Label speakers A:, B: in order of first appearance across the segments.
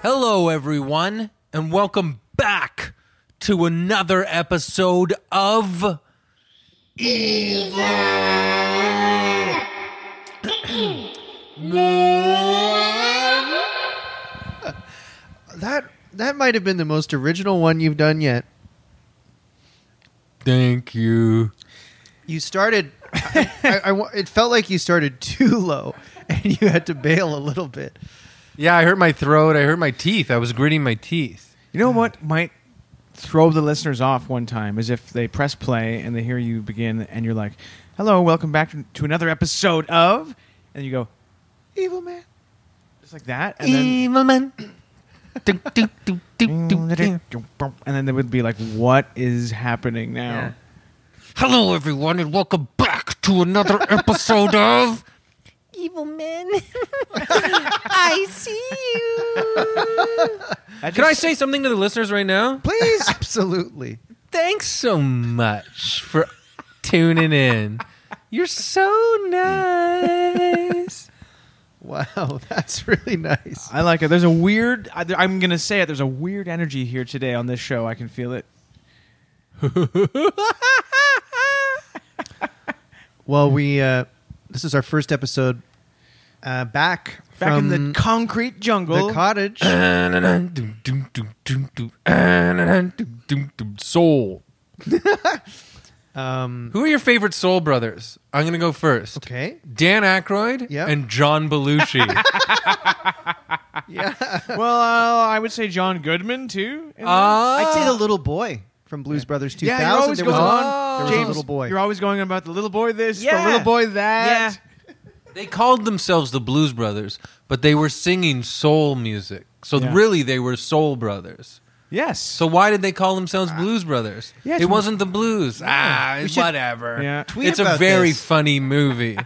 A: Hello, everyone, and welcome back to another episode of Evil.
B: That that might have been the most original one you've done yet.
A: Thank you.
B: You started. I, I- I wa- it felt like you started too low, and you had to bail a little bit.
A: Yeah, I hurt my throat. I hurt my teeth. I was gritting my teeth.
C: You know what might throw the listeners off one time is if they press play and they hear you begin and you're like, "Hello, welcome back to- to another episode of," and you go, "Evil man," just like that, and then
A: man. Do, do, do, do, do, do.
C: and then they would be like, "What is happening now?"
B: Yeah.
A: Hello, everyone, and welcome back to another episode of.
D: evil men. I see you.
C: That
A: Can I
C: just-
A: say something to the listeners right now?
B: Please, absolutely.
A: Thanks so much for tuning in. You're so nice.
B: Wow, that's really nice.
C: I like it. There's a weird. I, I'm gonna say it. There's a weird energy here today on this show. I can feel it.
B: Well, we uh, this is our first episode uh, back
C: Back
B: from
C: in the concrete jungle.
B: the cottage.
A: Soul.
B: Um,
A: Who are your favorite soul brothers? I'm gonna go first.
B: okay,
A: Dan Aykroyd
B: Yep.
A: and John Belushi.
B: yeah.
C: well, uh, I would say John Goodman too. in there.
B: I'd say the
A: Ah.
B: little boy from Blues Brothers 2000.
C: Yeah, you're always
B: there was,
C: going
B: a-
C: on.
B: there was a
C: James,
B: little boy.
C: You're always going about the little boy this,
A: Yeah.
C: the little boy that.
A: They called themselves the Blues Brothers, but they were singing soul music. So
C: Yeah.
A: really, they were soul brothers.
C: Yes.
A: So why did they call
B: Ah.
A: themselves Blues Brothers?
C: yeah,
A: it
C: it's-
A: wasn't the blues. Ah, whatever.
C: Yeah.
B: Tweet
A: it's a
B: about
A: very
B: this.
A: funny movie.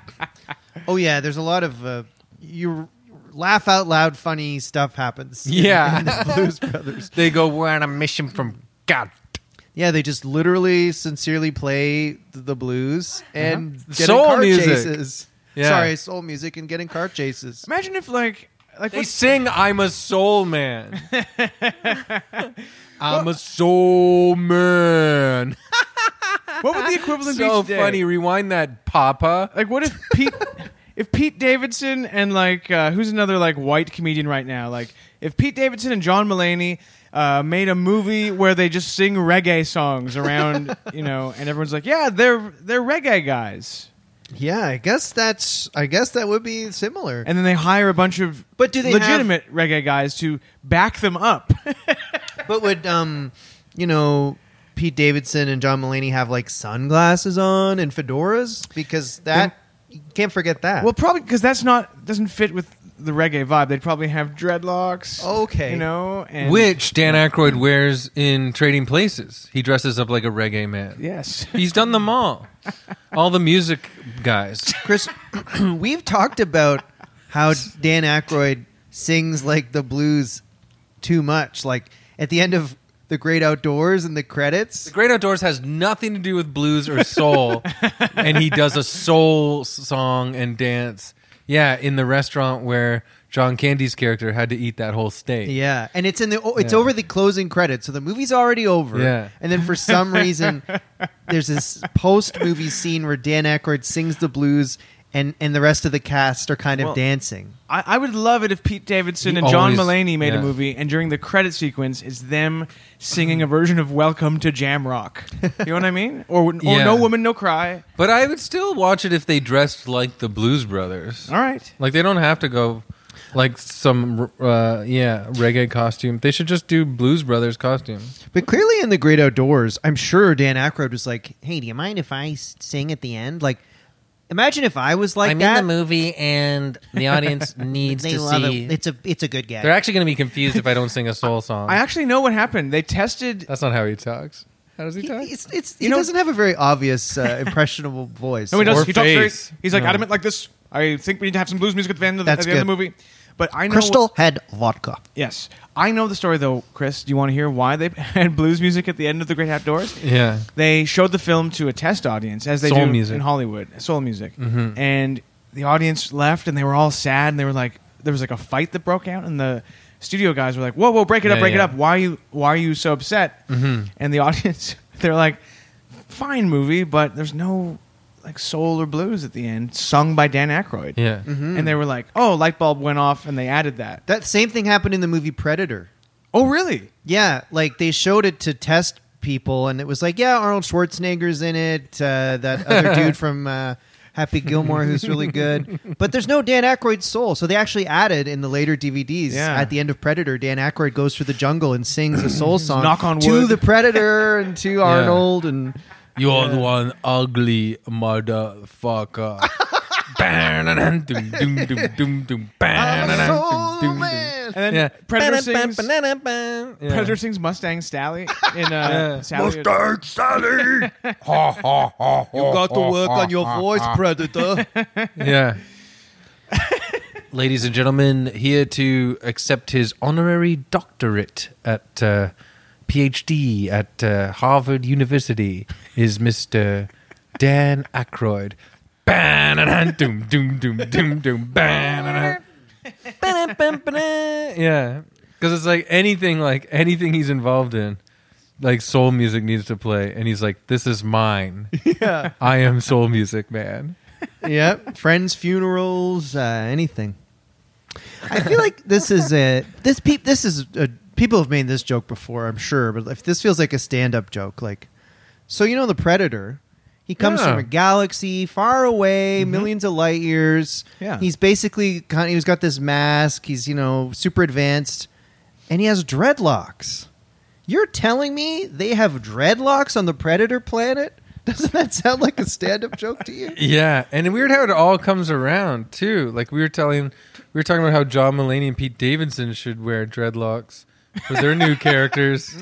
B: Oh yeah, there's a lot of uh, you laugh out loud funny stuff happens. in-
A: Yeah.
B: in the Blues Brothers.
A: they go, we're on a mission from God.
B: Yeah, they just literally sincerely play th- the blues and get
A: Soul
B: in car
A: music.
B: chases.
A: Yeah.
B: Sorry, soul music and get in car chases.
C: imagine if like like
A: They
C: what's,
A: sing, I'm a soul man. I'm a soul man.
C: what would the equivalent
A: so
C: be today?
A: funny. Rewind that, Papa.
C: Like what if Pete if Pete Davidson and like uh, who's another like white comedian right now? Like if Pete Davidson and John Mulaney uh, made a movie where they just sing reggae songs around, you know, and everyone's like, yeah, they're they're reggae guys,
B: Yeah, I guess that's I guess that would be similar.
C: and then they hire a bunch of
B: But do they have-
C: legitimate reggae guys to back them up?
B: But would um you know Pete Davidson and John Mulaney have like sunglasses on and fedoras because that you can't forget that.
C: Well, probably because that's not doesn't fit with the reggae vibe. They'd probably have dreadlocks.
B: Okay.
C: you know, and
A: Which Dan Aykroyd wears in Trading Places. He dresses up like a reggae man.
C: yes,
A: He's done them all. All the music guys.
B: Chris, we've talked about how Dan Aykroyd sings like the blues too much. Like at the end of The Great Outdoors and the credits.
A: Great Outdoors has nothing to do with blues or soul, and he does a soul song and dance. Yeah, in the restaurant where John Candy's character had to eat that whole steak.
B: Yeah, and it's in the oh, it's
A: Yeah.
B: over the closing credits, so the movie's already over.
A: Yeah.
B: and then for some reason, there's this post movie scene where Dan Aykroyd sings the blues, and and the rest of the cast are kind of
C: Well-
B: dancing.
C: I, I would love it if Pete Davidson
A: He
C: and
A: always-
C: John Mulaney made
A: yeah.
C: a movie, and during the credit sequence, it's them singing a version of "Welcome to Jamrock." You know what I mean? Or, or
A: Yeah.
C: "No Woman, No Cry."
A: But I would still watch it if they dressed like the Blues Brothers.
C: All right.
A: Like they don't have to go like some uh, yeah reggae costume. They should just do Blues Brothers costume.
B: But clearly, in the Great Outdoors, I'm sure Dan Aykroyd was like, "Hey, do you mind if I s- sing at the end?" Like, imagine if I was like that.
A: movie and the audience needs
B: they love it. It's a it's a good gag.
A: They're actually going to be confused if I don't sing a soul song.
C: I actually know what happened. They tested.
A: That's not how he talks. How does he
B: He,
A: talk?
B: it's, it's, he
C: You know-
B: doesn't have a very obvious uh, impressionable voice.
C: No, he does.
A: Or
C: He talks very,
A: face.
C: He's like
A: No.
C: adamant like this. I think we need to have some blues music at the end of the, at
B: That's
C: the, end of the
B: good.
C: movie. But I know
B: Crystal had vodka.
C: Yes, I know the story though, Chris. Do you want to hear why they had blues music at the end of the Great Outdoors?
A: yeah.
C: They showed the film to a test audience, as they
A: Soul
C: do
A: music. Mm-hmm.
C: in Hollywood, soul music, and the audience left, and they were all sad, and they were like, there was like a fight that broke out, and the studio guys were like, "Whoa, whoa, break it up,
A: Yeah,
C: break it
A: yeah. Mm-hmm.
C: up! Why are you why are you so upset?" And the audience, they're like, "Fine movie, but there's no like soul or blues at the end, sung by Dan Aykroyd."
A: Yeah.
B: Mm-hmm.
A: Mm-hmm.
C: And they were like, "Oh, light bulb went off," and they added that.
B: That same thing happened in the movie Predator.
C: Oh, really?
B: Yeah, like they showed it to test people, and it was like, yeah, Arnold Schwarzenegger's in it. Uh, that other dude from uh, Happy Gilmore, who's really good, but there's no Dan Aykroyd's soul. So they actually added in the later DVDs
C: Yeah.
B: at the end of Predator, Dan Aykroyd goes through the jungle and sings a soul song
C: Knock on
B: to
C: wood.
B: the Predator and to Arnold, and
A: You are the one ugly motherfucker.
B: soul
A: Predator
B: man.
C: And then
A: Yeah.
C: Predator sings. Predator sings Mustang Sally in uh, Sally.
A: Sally. you got
B: voice, Predator.
A: Yeah. Ladies and gentlemen, here to accept his honorary doctorate at uh, PhD at uh, Harvard University is Mr. Dan Aykroyd. Ba-na-na, doom, doom, doom, doom, doom, ba-na-na. Yeah, because it's like anything, like anything he's involved in, like soul music needs to play, and he's like, "This is mine.
B: yeah,
A: I am soul music, man."
B: yep. Friends, funerals, uh, anything. I feel like this is a this pe- this is a, people have made this joke before, I'm sure, but if this feels like a stand-up joke, like so you know the predator, he comes
A: Yeah.
B: from a galaxy far away, millions of light years.
C: Yeah.
B: he's basically kind he's got this mask. He's you know super advanced, and he has dreadlocks. You're telling me they have dreadlocks on the predator planet? Doesn't that sound like a stand-up joke to you?
A: Yeah, and weird how it all comes around too. Like we were telling, we were talking about how John Mulaney and Pete Davidson should wear dreadlocks for their new characters.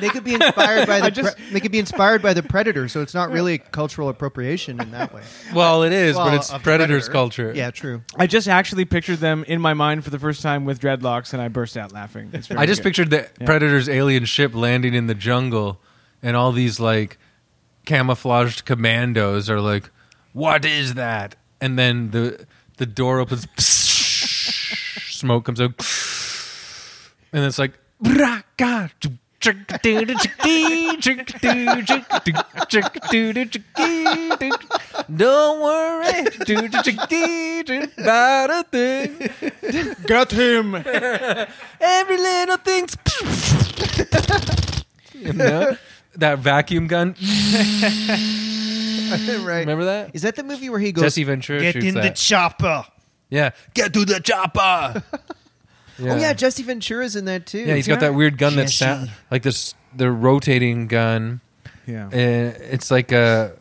B: They could be inspired by the
C: I just-
B: pre- they could be inspired by the predator, so it's not really cultural appropriation in that way.
A: Well, it is, but
B: Well,
A: it's
B: of the
A: predators
B: predator.
A: culture.
B: Yeah, true.
C: I just actually pictured them in my mind for the first time with dreadlocks, and I burst out laughing. It's very
A: I just
C: good.
A: pictured the
C: Yeah.
A: predators alien ship landing in the jungle, and all these like camouflaged commandos are like, "What is that?" And then the the door opens, smoke comes out, and it's like. Don't worry about a thing.
C: Got him.
A: Every little thing's. you know? That vacuum gun.
B: right.
A: Remember that?
B: Is that the movie where he goes
A: Jesse Ventura
B: get
A: shoots
B: in the
A: that.
B: chopper?
A: yeah. Get to the chopper.
B: Oh yeah, Jesse Ventura's in that too.
A: Yeah, he's got that weird gun that's
B: Jesse.
A: sound, like this, the rotating gun.
C: Yeah.
A: Uh, It's like a.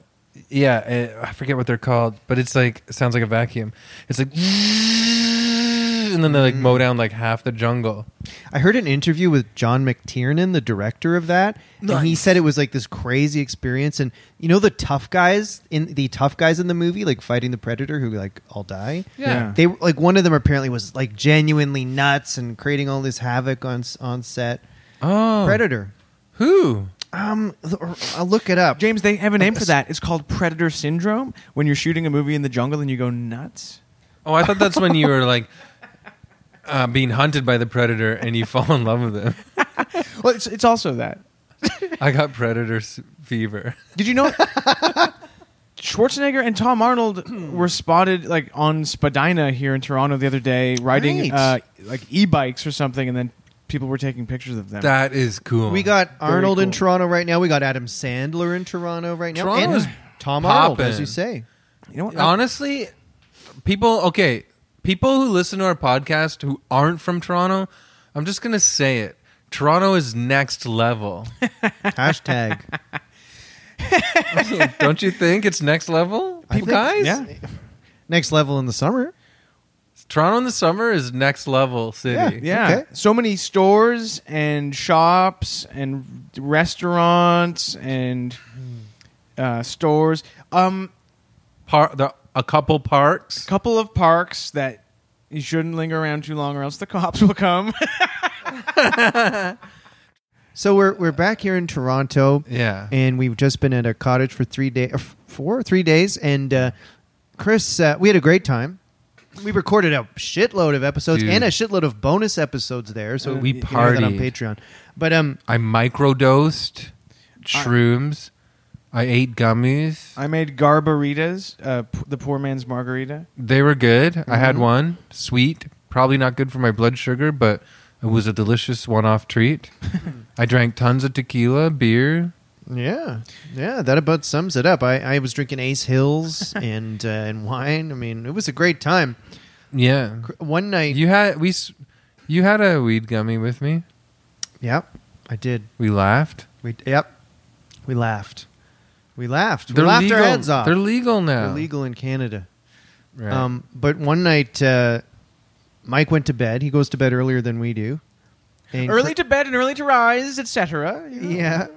A: Yeah, uh, I forget what they're called, but it's like it sounds like a vacuum. It's like, and then they like mow down like half the jungle.
B: I heard an interview with John McTiernan, the director of that, and he
A: Nice.
B: said it was like this crazy experience. And you know the tough guys in the tough guys in the movie, like fighting the predator, who like all die.
C: Yeah.
B: they like one of them apparently was like genuinely nuts and creating all this havoc on s- on set.
A: Oh,
B: Predator.
A: who?
B: Um, th- or- I'll look it up.
C: James, they have a name for that. It's called Predator Syndrome. When you're shooting a movie in the jungle and you go nuts.
A: Oh, I thought that's when you were like uh, being hunted by the predator and you fall in love with him.
C: Well, it's, it's also that.
A: I got predator s- fever.
C: Did you know Schwarzenegger and Tom Arnold were spotted like on Spadina here in Toronto the other day riding
B: Right.
C: uh, like e-bikes or something, and then people were taking pictures of them.
A: That is cool.
B: we got
C: Very
B: Arnold in
C: cool.
B: Toronto right now. We got Adam Sandler in Toronto right now.
A: Toronto's
B: and Tom Arnold, as
A: poppin'.
B: you say.
C: you know
B: uh,
C: what?
A: honestly people. Okay, people who listen to our podcast who aren't from Toronto, I'm just gonna say it. Toronto is next level.
B: Hashtag.
A: Don't you think it's next level,
B: I think-
A: guys?
C: yeah.
B: Next level in the summer.
A: Toronto in the summer is next level city.
C: Yeah.
B: Okay.
C: So many stores and shops and restaurants and uh, stores. Um,
A: Par- the, a couple parks.
C: couple of parks that you shouldn't linger around too long or else the cops will come.
B: So we're we're back here in Toronto,
A: Yeah.
B: and we've just been at a uh, cottage for three days, four, three days, and uh, Chris, uh, we had a great time. we recorded a shitload of episodes
A: Dude. Uh,
B: and a shitload of bonus episodes there. So
A: We
B: you can hear that on
A: partied.
B: Patreon. But um,
A: I microdosed shrooms. I ate gummies.
C: I made garbaritas, uh, p- the poor man's margarita.
A: They were good. I
B: Mm-hmm.
A: had one, sweet, probably not good for my blood sugar, but it was a delicious one-off treat. I drank tons of tequila, beer.
B: yeah, yeah, that about sums it up. I, I was drinking Ace Hills and uh, and wine. I mean, it was a great time.
A: Yeah,
B: Cr- One night,
A: you had we, s- you had a weed gummy with me.
B: yep, I did.
A: We laughed.
B: We yep, we laughed. We laughed.
A: They're
B: we laughed
A: legal.
B: our heads off.
A: They're legal now.
B: They're legal in Canada.
A: Right.
B: Um, but one night, uh, Mike went to bed. He goes to bed earlier than we do. And
C: Early to bed and early to rise, etc. you know?
B: yeah.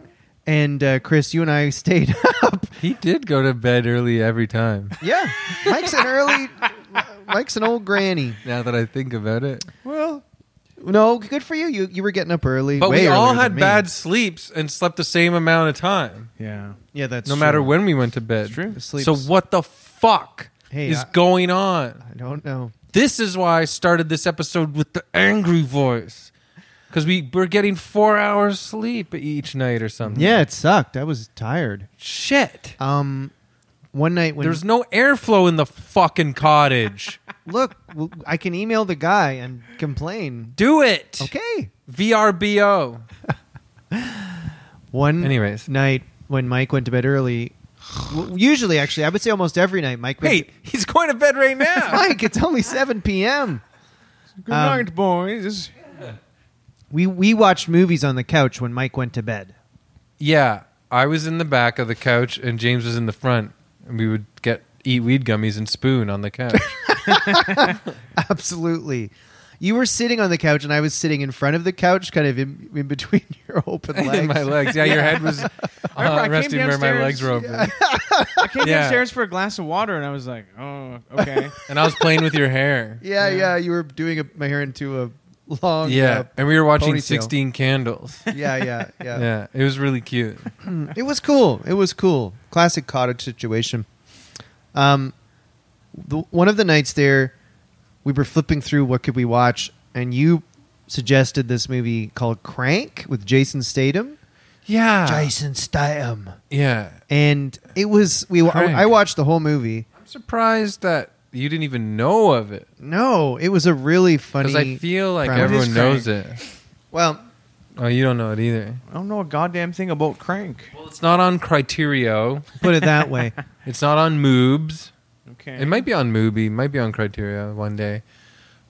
B: And uh, Chris, you and I stayed up.
A: he did go to bed early every time.
B: Yeah, Mike's an early. Mike's an old granny.
A: Now that I think about it,
C: Well,
B: No, good for you. You you were getting up early.
A: but
B: way
A: we all
B: earlier than
A: had
B: me.
A: bad sleeps and slept the same amount of time.
C: yeah.
B: Yeah, that's
A: no
B: true.
A: matter when we went to bed.
C: It's true.
B: Sleeps.
A: So what the fuck
B: Hey,
A: is
B: I-
A: going on?
B: I don't know.
A: This is why I started this episode with the angry voice. Because we were getting four hours sleep each night or something.
B: Yeah, it sucked. I was tired.
A: Shit.
B: Um, one night when
A: There's no airflow in the fucking cottage.
B: look, w- I can email the guy and complain.
A: Do it.
B: Okay.
A: VRBO.
B: One
A: Anyways.
B: night when Mike went to bed early. w- Usually, actually, I would say almost every night, Mike. went-
A: Hey, he's going to bed right now.
B: Mike, it's only seven p.m.
C: Good
B: Um,
C: night, boys.
B: We we watched movies on the couch when Mike went to bed.
A: yeah. I was in the back of the couch and James was in the front. And we would get eat weed gummies and spoon on the couch.
B: Absolutely. You were sitting on the couch, and I was sitting in front of the couch, kind of in, in between your open legs.
A: in my legs. Yeah, your head was uh,
C: I came
A: resting where my
C: downstairs.
A: legs were open.
C: I came
A: Yeah.
C: downstairs for a glass of water and I was like, oh, okay.
A: And I was playing with your hair.
B: Yeah, yeah, You were doing a, my hair into a long.
A: Yeah. And we were watching
B: Ponytail.
A: 16 Candles.
B: uh, yeah, yeah, yeah.
A: Yeah. It was really cute.
B: It was cool. It was cool. Classic cottage situation. Um, the, one of the nights there, we were flipping through what could we watch, and you suggested this movie called Crank with Jason Statham.
A: Yeah.
B: Jason Statham.
A: Yeah.
B: And it was we.
A: Crank.
B: I, I watched the whole movie.
A: I'm surprised that you didn't even know of it.
B: No, it was a really funny.
A: Because I feel like
B: premise.
A: everyone
C: What
A: knows
C: is
A: it.
B: Well,
A: Oh, you don't know it either.
C: I don't know a goddamn thing about crank.
A: Well, it's not on Criterio.
B: put it that way.
A: It's not on Moobs.
C: Okay.
A: It might be on Mubi. It might be on Criteria one day.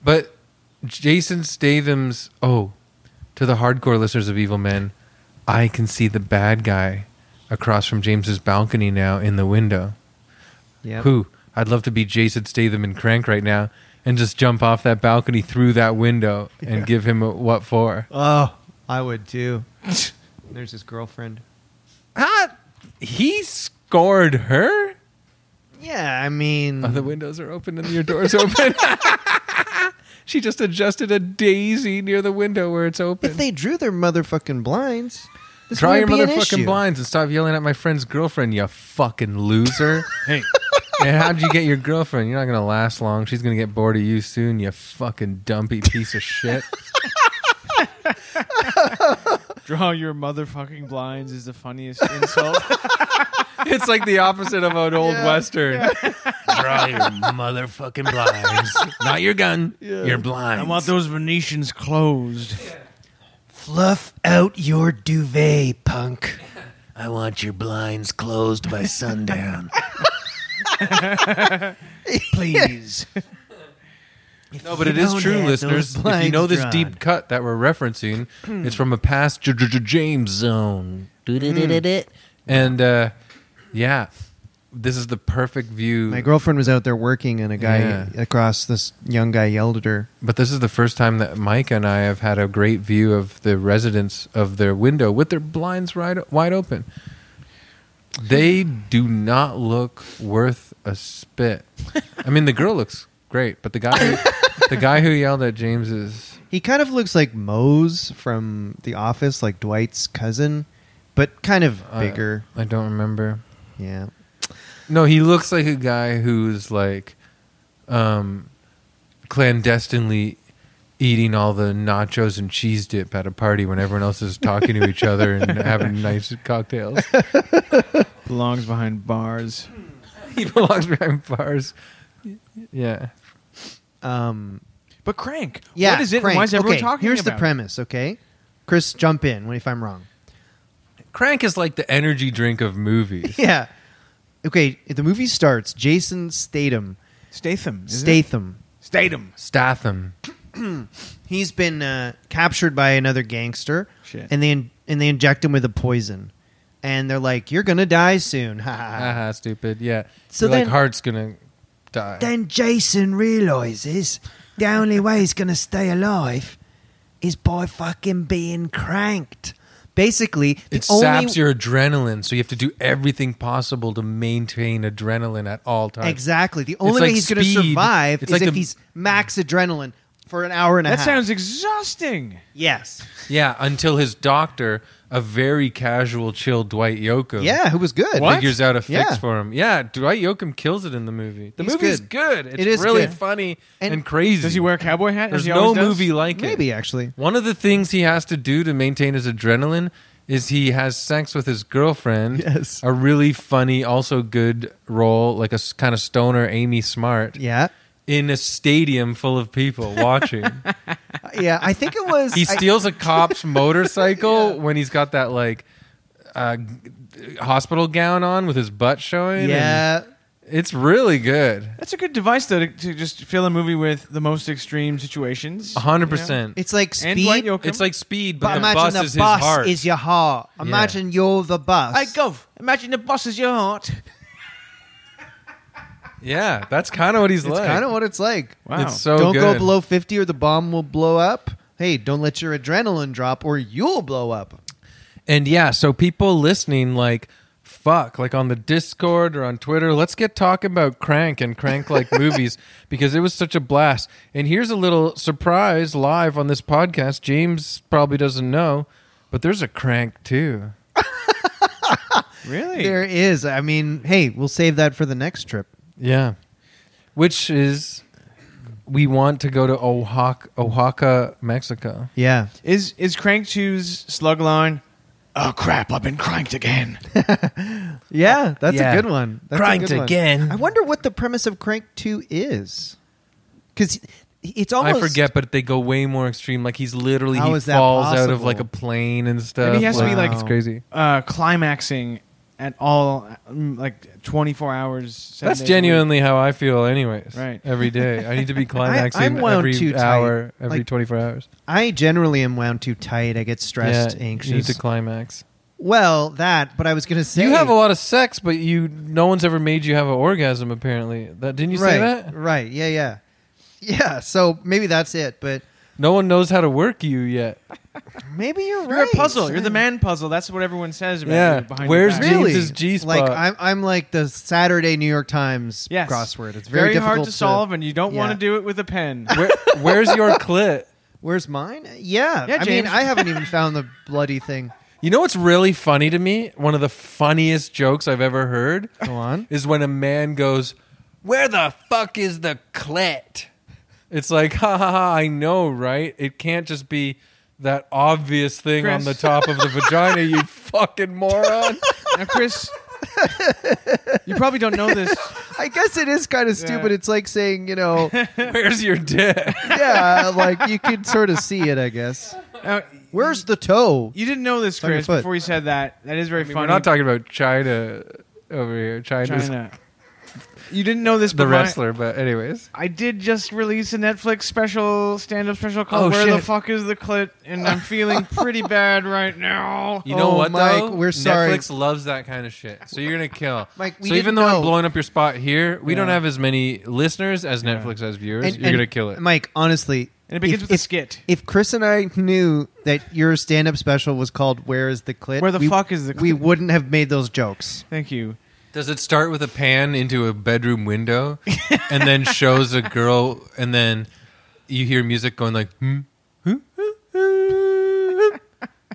A: But Jason Statham's oh, to the hardcore listeners of Evil Men, I can see the bad guy across from James's balcony now in the window.
B: Yeah.
A: Who? I'd love to be Jason Statham and Crank right now and just jump off that balcony through that window and give him a what for.
B: Oh, I would too. There's his girlfriend.
A: Ah, he scored her?
B: Yeah, I mean,
A: Oh, the windows are open and your door's open. she just adjusted a daisy near the window where it's open.
B: if they drew their motherfucking blinds, this
A: Draw your
B: wouldn't be an
A: motherfucking
B: issue.
A: blinds and stop yelling at my friend's girlfriend, you fucking loser.
C: Hey.
A: and how'd you get your girlfriend? You're not going to last long. She's going to get bored of you soon, you fucking dumpy piece of shit.
C: Draw your motherfucking blinds is the funniest insult.
A: it's like the opposite of an old
B: Yeah,
A: Western. Draw your motherfucking blinds. Not your gun, your blinds.
C: those Venetians closed.
B: Fluff out your duvet, punk.
E: I want your blinds closed by sundown.
C: Please.
A: No, but it
B: you
A: is
B: don't
A: true,
B: have those
A: listeners. If you
B: blinds
A: know this
B: drawn.
A: deep cut that we're referencing, it's from a past J- J- J- James zone.
B: Mm.
A: Mm.
E: Do-do-do-do-do.
A: And uh, yeah, this is the perfect view.
B: My girlfriend was out there working, and a guy
A: Yeah.
B: across this young guy yelled at her.
A: But this is the first time that Mike and I have had a great view of the residents of their window with their blinds wide, wide open. They do not look worth a spit. I mean, the girl looks great, but the guy, who, the guy who yelled at James is
B: He kind of looks like Mose from The Office, like Dwight's cousin, but kind of
A: uh,
B: bigger.
A: I don't remember.
B: yeah.
A: No, he looks like a guy who's like, um, clandestinely eating all the nachos and cheese dip at a party when everyone else is talking to each other and having nice cocktails.
C: Belongs behind bars.
A: he belongs behind bars. Yeah.
B: Um,
C: But Crank.
B: yeah,
C: What is it? and
B: Crank.
C: Why is everyone
B: okay,
C: talking
B: Here's
C: about
B: the
C: it?
B: premise, okay? Chris, jump in when if I'm wrong.
A: Crank is like the energy drink of movies.
B: yeah. Okay, the movie starts. Jason Statham,
C: Statham. is it?
B: Statham,
C: Statham.
A: Statham.
B: he's been uh, captured by another gangster,
C: Shit.
B: and they and they inject him with a poison, and they're like, "You're gonna die soon." Ha, ha,
C: Uh-huh.
B: ha.
A: Haha, stupid. Yeah.
B: Ah. So
A: So like
B: then-
A: Hart's gonna die.
B: Then Jason realizes the only way he's gonna stay alive is by fucking being cranked. Basically, the
A: it
B: only
A: saps your adrenaline, so you have to do everything possible to maintain adrenaline at all times.
B: exactly the only
A: It's
B: way
A: like
B: he's gonna
A: speed.
B: survive
A: It's
B: is
A: like
B: if
A: the-
B: he's max adrenaline for an hour and a
C: That
B: half.
C: sounds exhausting.
B: yes,
A: Yeah, until his doctor, a very casual, chill Dwight Yoakam,
B: yeah, who was good.
C: What?
A: figures out a fix
B: Yeah.
A: for him. Yeah, Dwight Yoakam kills it in the movie. The
B: He's
A: movie's good.
B: good.
A: It's
B: It is
A: really
B: good.
A: funny
B: And
A: and, crazy.
C: Does he wear a cowboy hat? as
A: There's
C: he
A: no
C: always does?
A: movie like it.
B: Maybe actually,
A: One of the things he has to do to maintain his adrenaline is he has sex with his girlfriend.
B: Yes.
A: A really funny, also good role, like a s- kind of stoner Amy Smart,
B: yeah,
A: in a stadium full of people watching.
B: Uh, yeah. I think it was.
A: he
B: I-
A: steals a cop's motorcycle when he's got that, like, uh, g- hospital gown on with his butt showing. and
B: yeah.
A: It's really good.
C: That's a good device, though, to, to just fill a movie with the most extreme situations.
A: A 100%.
B: It's like Uh-huh. speed.
C: And Dwight Yoakam.
A: It's like speed,
B: But
A: but, the
B: imagine
A: bus
B: the
A: is
B: bus
A: his heart.
B: is your heart. Imagine you're the bus.
C: Hey, Gov, imagine the boss is your heart.
A: yeah, that's kind of what he's
B: It's
A: like.
B: kind of what it's like.
C: Wow.
A: It's so
B: don't go
A: good.
B: below 50 or the bomb will blow up. Hey, don't let your adrenaline drop or you'll blow up.
A: And yeah, so people listening, like, fuck, like on the Discord or on Twitter, let's get talking about Crank and Crank like movies because it was such a blast. And here's a little surprise live on this podcast. James probably doesn't know, but there's a Crank too.
C: Really?
B: There is. I mean, hey, we'll save that for the next trip.
A: Yeah. Which is, we want to go to Oaxaca, Oaxaca Mexico.
B: Yeah.
C: Is is Crank 2's slug line? Oh crap! I've been cranked again.
B: Yeah, that's
A: Yeah.
B: a good one. That's a
A: Cranked
B: good one.
A: again.
B: I wonder what the premise of Crank 2 is. Because it's almost.
A: I forget, but they go way more extreme. Like he's literally
B: How
A: he
B: is that
A: falls out of
B: possible?
A: like a plane and stuff.
C: Maybe he has to be, like-
A: it's crazy.
C: Uh, climaxing at all, mm, like twenty four hours. seven
A: That's
C: days a week.
A: genuinely how I feel, anyways.
C: Right.
A: Every day, I need to be climaxing
B: I'm wound
A: every
B: too tight.
A: hour, every
B: Like,
A: 24 hours.
B: I generally am wound too tight. I get stressed,
A: Yeah,
B: anxious.
A: You need to climax.
B: well, that, but I was going to say.
A: You have a lot of sex, but you no one's ever made you have an orgasm. Apparently, that didn't you
B: right,
A: say that?
B: Right. Yeah. Yeah. Yeah. So maybe that's it. But
A: No one knows how to work you yet.
B: maybe you're,
C: You're
B: right.
C: a puzzle. You're the man puzzle. That's what everyone says about
A: Yeah.
C: you. Behind
A: Where's
C: your back.
B: Really?
A: James's G-spot.
B: Like I'm, I'm like the Saturday New York Times
C: Yes.
B: crossword. It's very, difficult
C: hard to, solve, and you don't want
B: Yeah.
C: to do it with a pen.
A: Where, where's your clit?
B: Where's mine? Yeah.
C: Yeah,
B: I mean,
C: James.
B: I haven't even found the bloody thing.
A: You know what's really funny to me? One of the funniest jokes I've ever heard
B: Go on.
A: is when a man goes, "Where the fuck is the clit?" It's like, ha ha ha! I know, right? It can't just be that obvious thing on
C: Chris.
A: the top of the vagina, you fucking moron.
C: now, Chris, you probably don't know this.
B: I guess it is kind of stupid. It's like saying, you know,
A: Where's your dick?
B: yeah, like you could sort of see it. I guess.
C: Now,
B: Where's the toe?
C: you didn't know this,
B: on your
C: Chris,
B: foot.
C: before you said that. That is very
A: I mean,
C: funny.
A: we're not talking about China over here. China's
C: China. You didn't know this,
A: the
C: but my-
A: wrestler, but anyways.
C: I did just release a Netflix special, stand-up special called
A: Oh,
C: "Where the
A: shit.
C: Fuck Is the Clit," and I'm feeling pretty bad right now.
A: You know
B: Oh,
A: what,
B: Mike,
A: though?
B: we're sorry.
A: Netflix loves that kind of shit, so you're gonna kill.
B: Mike, we
A: so even
B: didn't
A: though
B: know.
A: I'm blowing up your spot here, we don't
C: Yeah.
A: have as many listeners as Netflix has viewers.
B: And-
A: you're
B: and
A: gonna kill it.
B: Mike. Honestly,
C: And it
B: if-
C: begins with a
B: if-
C: skit.
B: If Chris and I knew that your stand-up special was called "Where Is the Clit,"
C: Where the
B: we-
C: fuck is the
B: we
C: clit?
B: wouldn't have made those jokes.
C: Thank you.
A: Does it start with a pan into a bedroom window and then shows a girl and then you hear music going like hmm, hmm, hmm, hmm, hmm, hmm, hmm,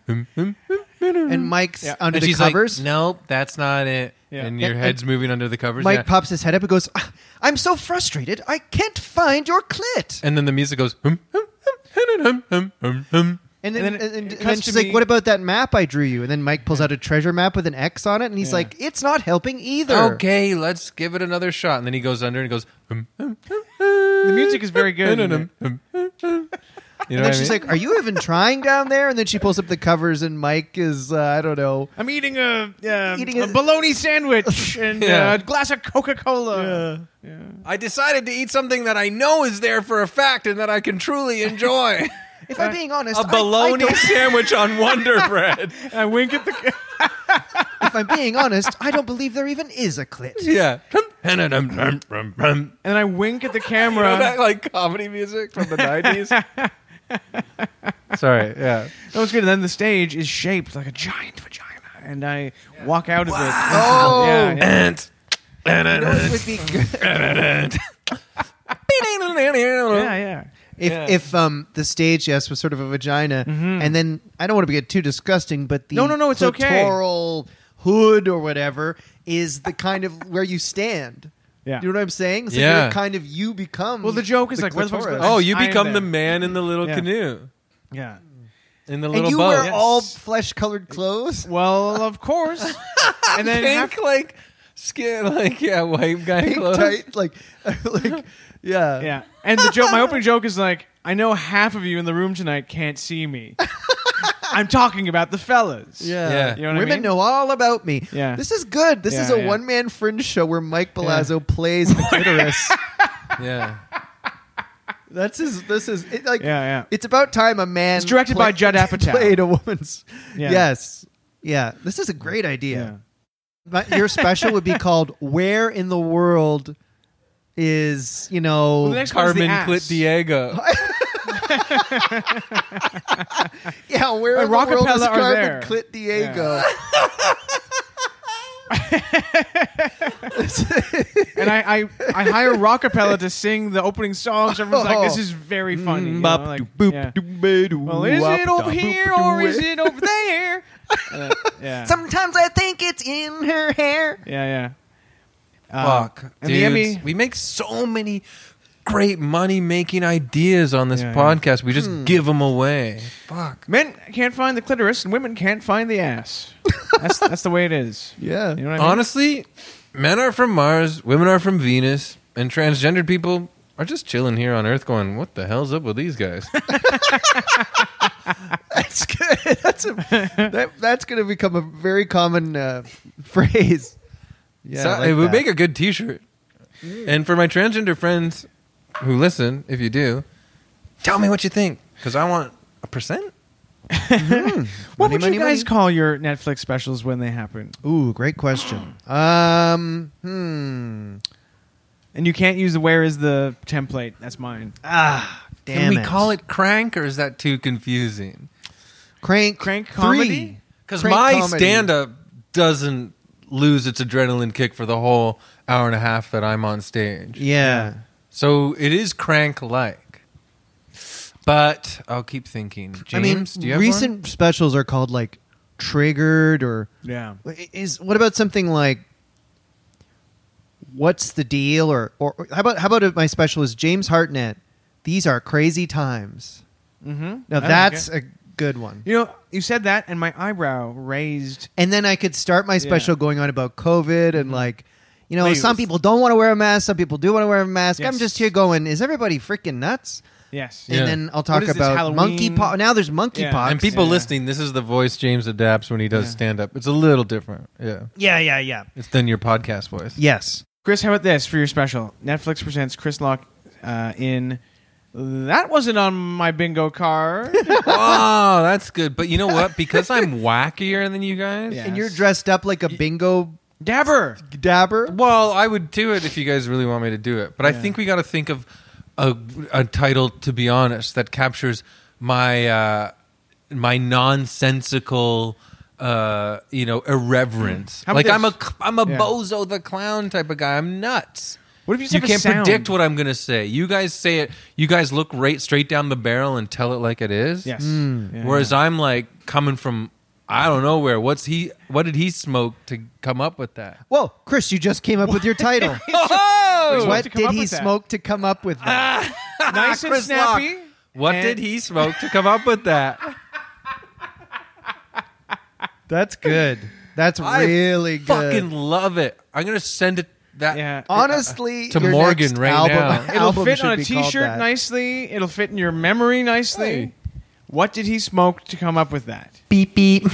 A: hmm, hmm, hmm, hmm,
B: And Mike's
C: Hmm. Yeah.
B: under
A: and
B: the
A: she's
B: covers.
A: like, nope, that's not it.
C: Yeah.
A: and your head's moving under the covers.
B: Mike
A: yeah.
B: pops his head up and goes, "Ah, "I'm so frustrated. I can't find your clit."
A: and then the music goes. "Hmm, Hum, hum, hum, hum, hum, hum, hum.
B: And then,
C: And
B: and,
C: then it-
B: and
C: it
B: then
C: cuts
B: she's
C: to
B: like,
C: me-
B: "What about that map I drew you?" And then Mike pulls out a treasure map with an X on it, and he's
C: Yeah. Oh,
B: like, "It's not helping either."
A: Okay, let's give it another shot. And then he goes under and goes. "Hmm, Hum, hum, hum, hmm."
C: The music is very good.
A: hum,
C: in
A: hum,
C: it.
A: hum, hum, hum. You know
B: And
A: what I
B: then she's
A: mean?
B: like, "Are you even trying down there?" And then she pulls up the covers, and Mike is, uh, I don't know.
C: I'm eating a, uh,
B: Eating
C: a,
B: a-
C: bologna sandwich and
A: Yeah.
C: uh, a glass of Coca Cola.
A: I decided to eat something that I know is there for a fact and that I can truly enjoy.
B: If I'm being honest,
A: a
B: I- I
A: bologna
B: don't-
A: sandwich on Wonder Bread.
C: I wink at the.
B: if I'm being honest, I don't believe there even is a clit.
A: Yeah. Hum-hum-hum-hum-hum-hum.
C: And I wink at the
A: Know that
C: camera.
A: like comedy music from the nineties. Sorry, yeah.
C: That was good. And then the stage is shaped like a giant vagina. And I walk out of it.
B: Oh.
C: Yeah, yeah.
A: And
B: You know what would be good?
C: yeah, yeah.
B: If
A: Yeah.
B: if um the stage yes was sort of a vagina, and then I don't want to get too disgusting, but the
C: No, no, no, it's okay.
B: clitoral hood or whatever is the kind of where you stand.
C: Yeah.
B: You know what I'm saying? It's like
A: Yeah.
B: you're kind of you become.
C: Well, the joke is like, where the fuck's
B: clitoris.
C: the-
A: oh, you
C: I am
A: become
C: there.
A: the man in the little
C: Yeah.
A: canoe
C: Yeah.
A: in the
B: and
A: little
B: you
A: boat.
B: wear
C: Yes.
B: all flesh colored clothes.
C: Well, of course. and then
A: Pink
C: half-
A: like skin, like yeah, white guy
B: Pink
A: clothes.
B: tight, like, like, yeah,
C: yeah. And the joke, my opening joke is like, I know half of you in the room tonight can't see me. I'm talking about the fellas.
B: yeah.
A: Yeah.
C: You know what I
B: Women
C: mean?
B: know all about me.
C: Yeah.
B: this is good. This is
C: Yeah, Oh
B: a
C: yeah.
B: one man fringe show where Mike Palazzo plays the clitoris.
A: Yeah.
B: That's his. This is it, like.
C: Yeah, yeah.
B: It's about time a man.
C: It's directed by Judd Apatow.
B: Played a woman's.
C: Yeah.
B: Yes. Yeah. This is a great idea. But your special would be called "Where in the World Is You Know?"
C: Well, the next one is the
A: Carmen
C: ass.
A: Clit Diego.
B: yeah. Where in the
C: Rockapella
B: world is
C: uh, are
B: Carmen
C: there.
B: Clit Diego?
C: and I, I, I hire Rockapella to sing the opening song. So everyone's like,
B: Oh.
C: this is very
B: Mm,
C: funny. You know, like, yeah. Well, is it over here or is it over there? Uh, yeah.
B: Sometimes I think it's in her hair.
C: yeah, yeah. Um,
A: Fuck,
C: and
A: dudes.
C: the Emmy.
A: we make so many great money making ideas on this
C: Yeah, Hmm. yeah.
A: podcast. We just give them away. Fuck.
C: Men can't find the clitoris and women can't find the ass. That's, that's the way it is.
B: Yeah.
C: You know what I mean?
A: Honestly, men are from Mars, women are from Venus, and transgendered people are just chilling here on Earth going, what the hell's up with these guys?
B: That's good. That's a, that, that's going to become a very common uh, phrase. Yeah,
A: So
B: I like
A: it would
B: that.
A: make a good t shirt.
C: Mm.
A: And for my transgender friends who listen, if you do, tell me what you think because I want a percent.
C: What
B: Money,
C: would
B: money,
C: you guys
B: money.
C: call your Netflix specials when they happen?
B: Ooh, great question. Um, hmm.
C: And you can't use the where is the template. That's mine.
B: Ah, damn
A: Can we
B: it.
A: call it crank or is that too confusing?
B: crank?
C: Crank
B: three.
C: comedy?
A: Because
B: Crank
A: my
B: comedy.
A: stand up doesn't lose its adrenaline kick for the whole hour and a half that I'm on stage.
B: Yeah.
A: So it is crank like. But I'll keep thinking. James,
B: I mean,
A: do you have
B: recent specials are called like triggered or
C: Yeah.
B: is what about something like what's the deal or or how about how about if my special is James Hartnett? These are crazy times.
C: Mm-hmm.
B: Now that's a good one.
C: You know, you said that, and my eyebrow raised.
B: and then I could start my special
C: Yeah. Mm-hmm.
B: going on about COVID and like, you know,
C: Wait,
B: some
C: was-
B: people don't want to wear a mask, some people do want to wear a mask. I'm
C: Yes.
B: just here going, is everybody freaking nuts?
C: Yes.
A: Yeah.
B: And then I'll
C: What
B: talk
C: is this,
B: about
C: Halloween?
B: monkeypox. Now there's monkeypox.
C: Yeah.
A: one? And people
C: Yeah.
A: listening, this is the voice James adapts when he does
C: Yeah.
A: stand up. It's a little different. Yeah.
B: yeah, yeah, yeah.
A: It's than your podcast voice.
B: Yes.
C: Chris, how about this for your special? Netflix presents Chris Locke uh, in. That wasn't on my bingo card.
A: oh, that's good. But you know what? Because I'm wackier than you guys.
C: Yeah.
B: And
C: Yes.
B: you're dressed up like a bingo
C: Dabber.
B: dabber.
A: Well, I would do it if you guys really want me to do it, but I
C: Yeah.
A: think we got to think of a, a title, to be honest, that captures my uh, my nonsensical, uh, you know, irreverence.
C: How about
A: Like I'm
C: this?
A: a c- I'm a
C: Yeah.
A: bozo the clown type of guy. I'm nuts.
C: What if you just
A: You
C: have a
A: can't
C: sound?
A: predict what I'm going to say. You guys say it. You guys look
B: Mm.
A: right straight down the barrel and tell it like it is.
C: Yes. Yeah,
A: Whereas I'm like coming from I don't know where. What's he? What did he smoke to come up with that?
B: Whoa, Chris, you just came up with your title.
C: He's
B: what
A: Oh,
C: supposed to come
B: did
C: up
B: he
C: with that. Ah.
B: smoke to come up with that?
C: Nice and
A: Chris Rock.
C: snappy.
A: What
C: And-
A: did he smoke to come up with that?
B: That's good. That's
A: I
B: really good.
A: Fucking love it. I'm gonna send it that.
C: Yeah.
B: Honestly,
A: To
B: your
A: Morgan
B: next
A: right
B: album,
A: now.
B: album
C: It'll fit
B: should
C: on a
B: be called
C: T-shirt
B: that.
C: nicely. It'll fit in your memory nicely.
A: Hey.
C: What did he smoke to come up with that?
D: Beep beep.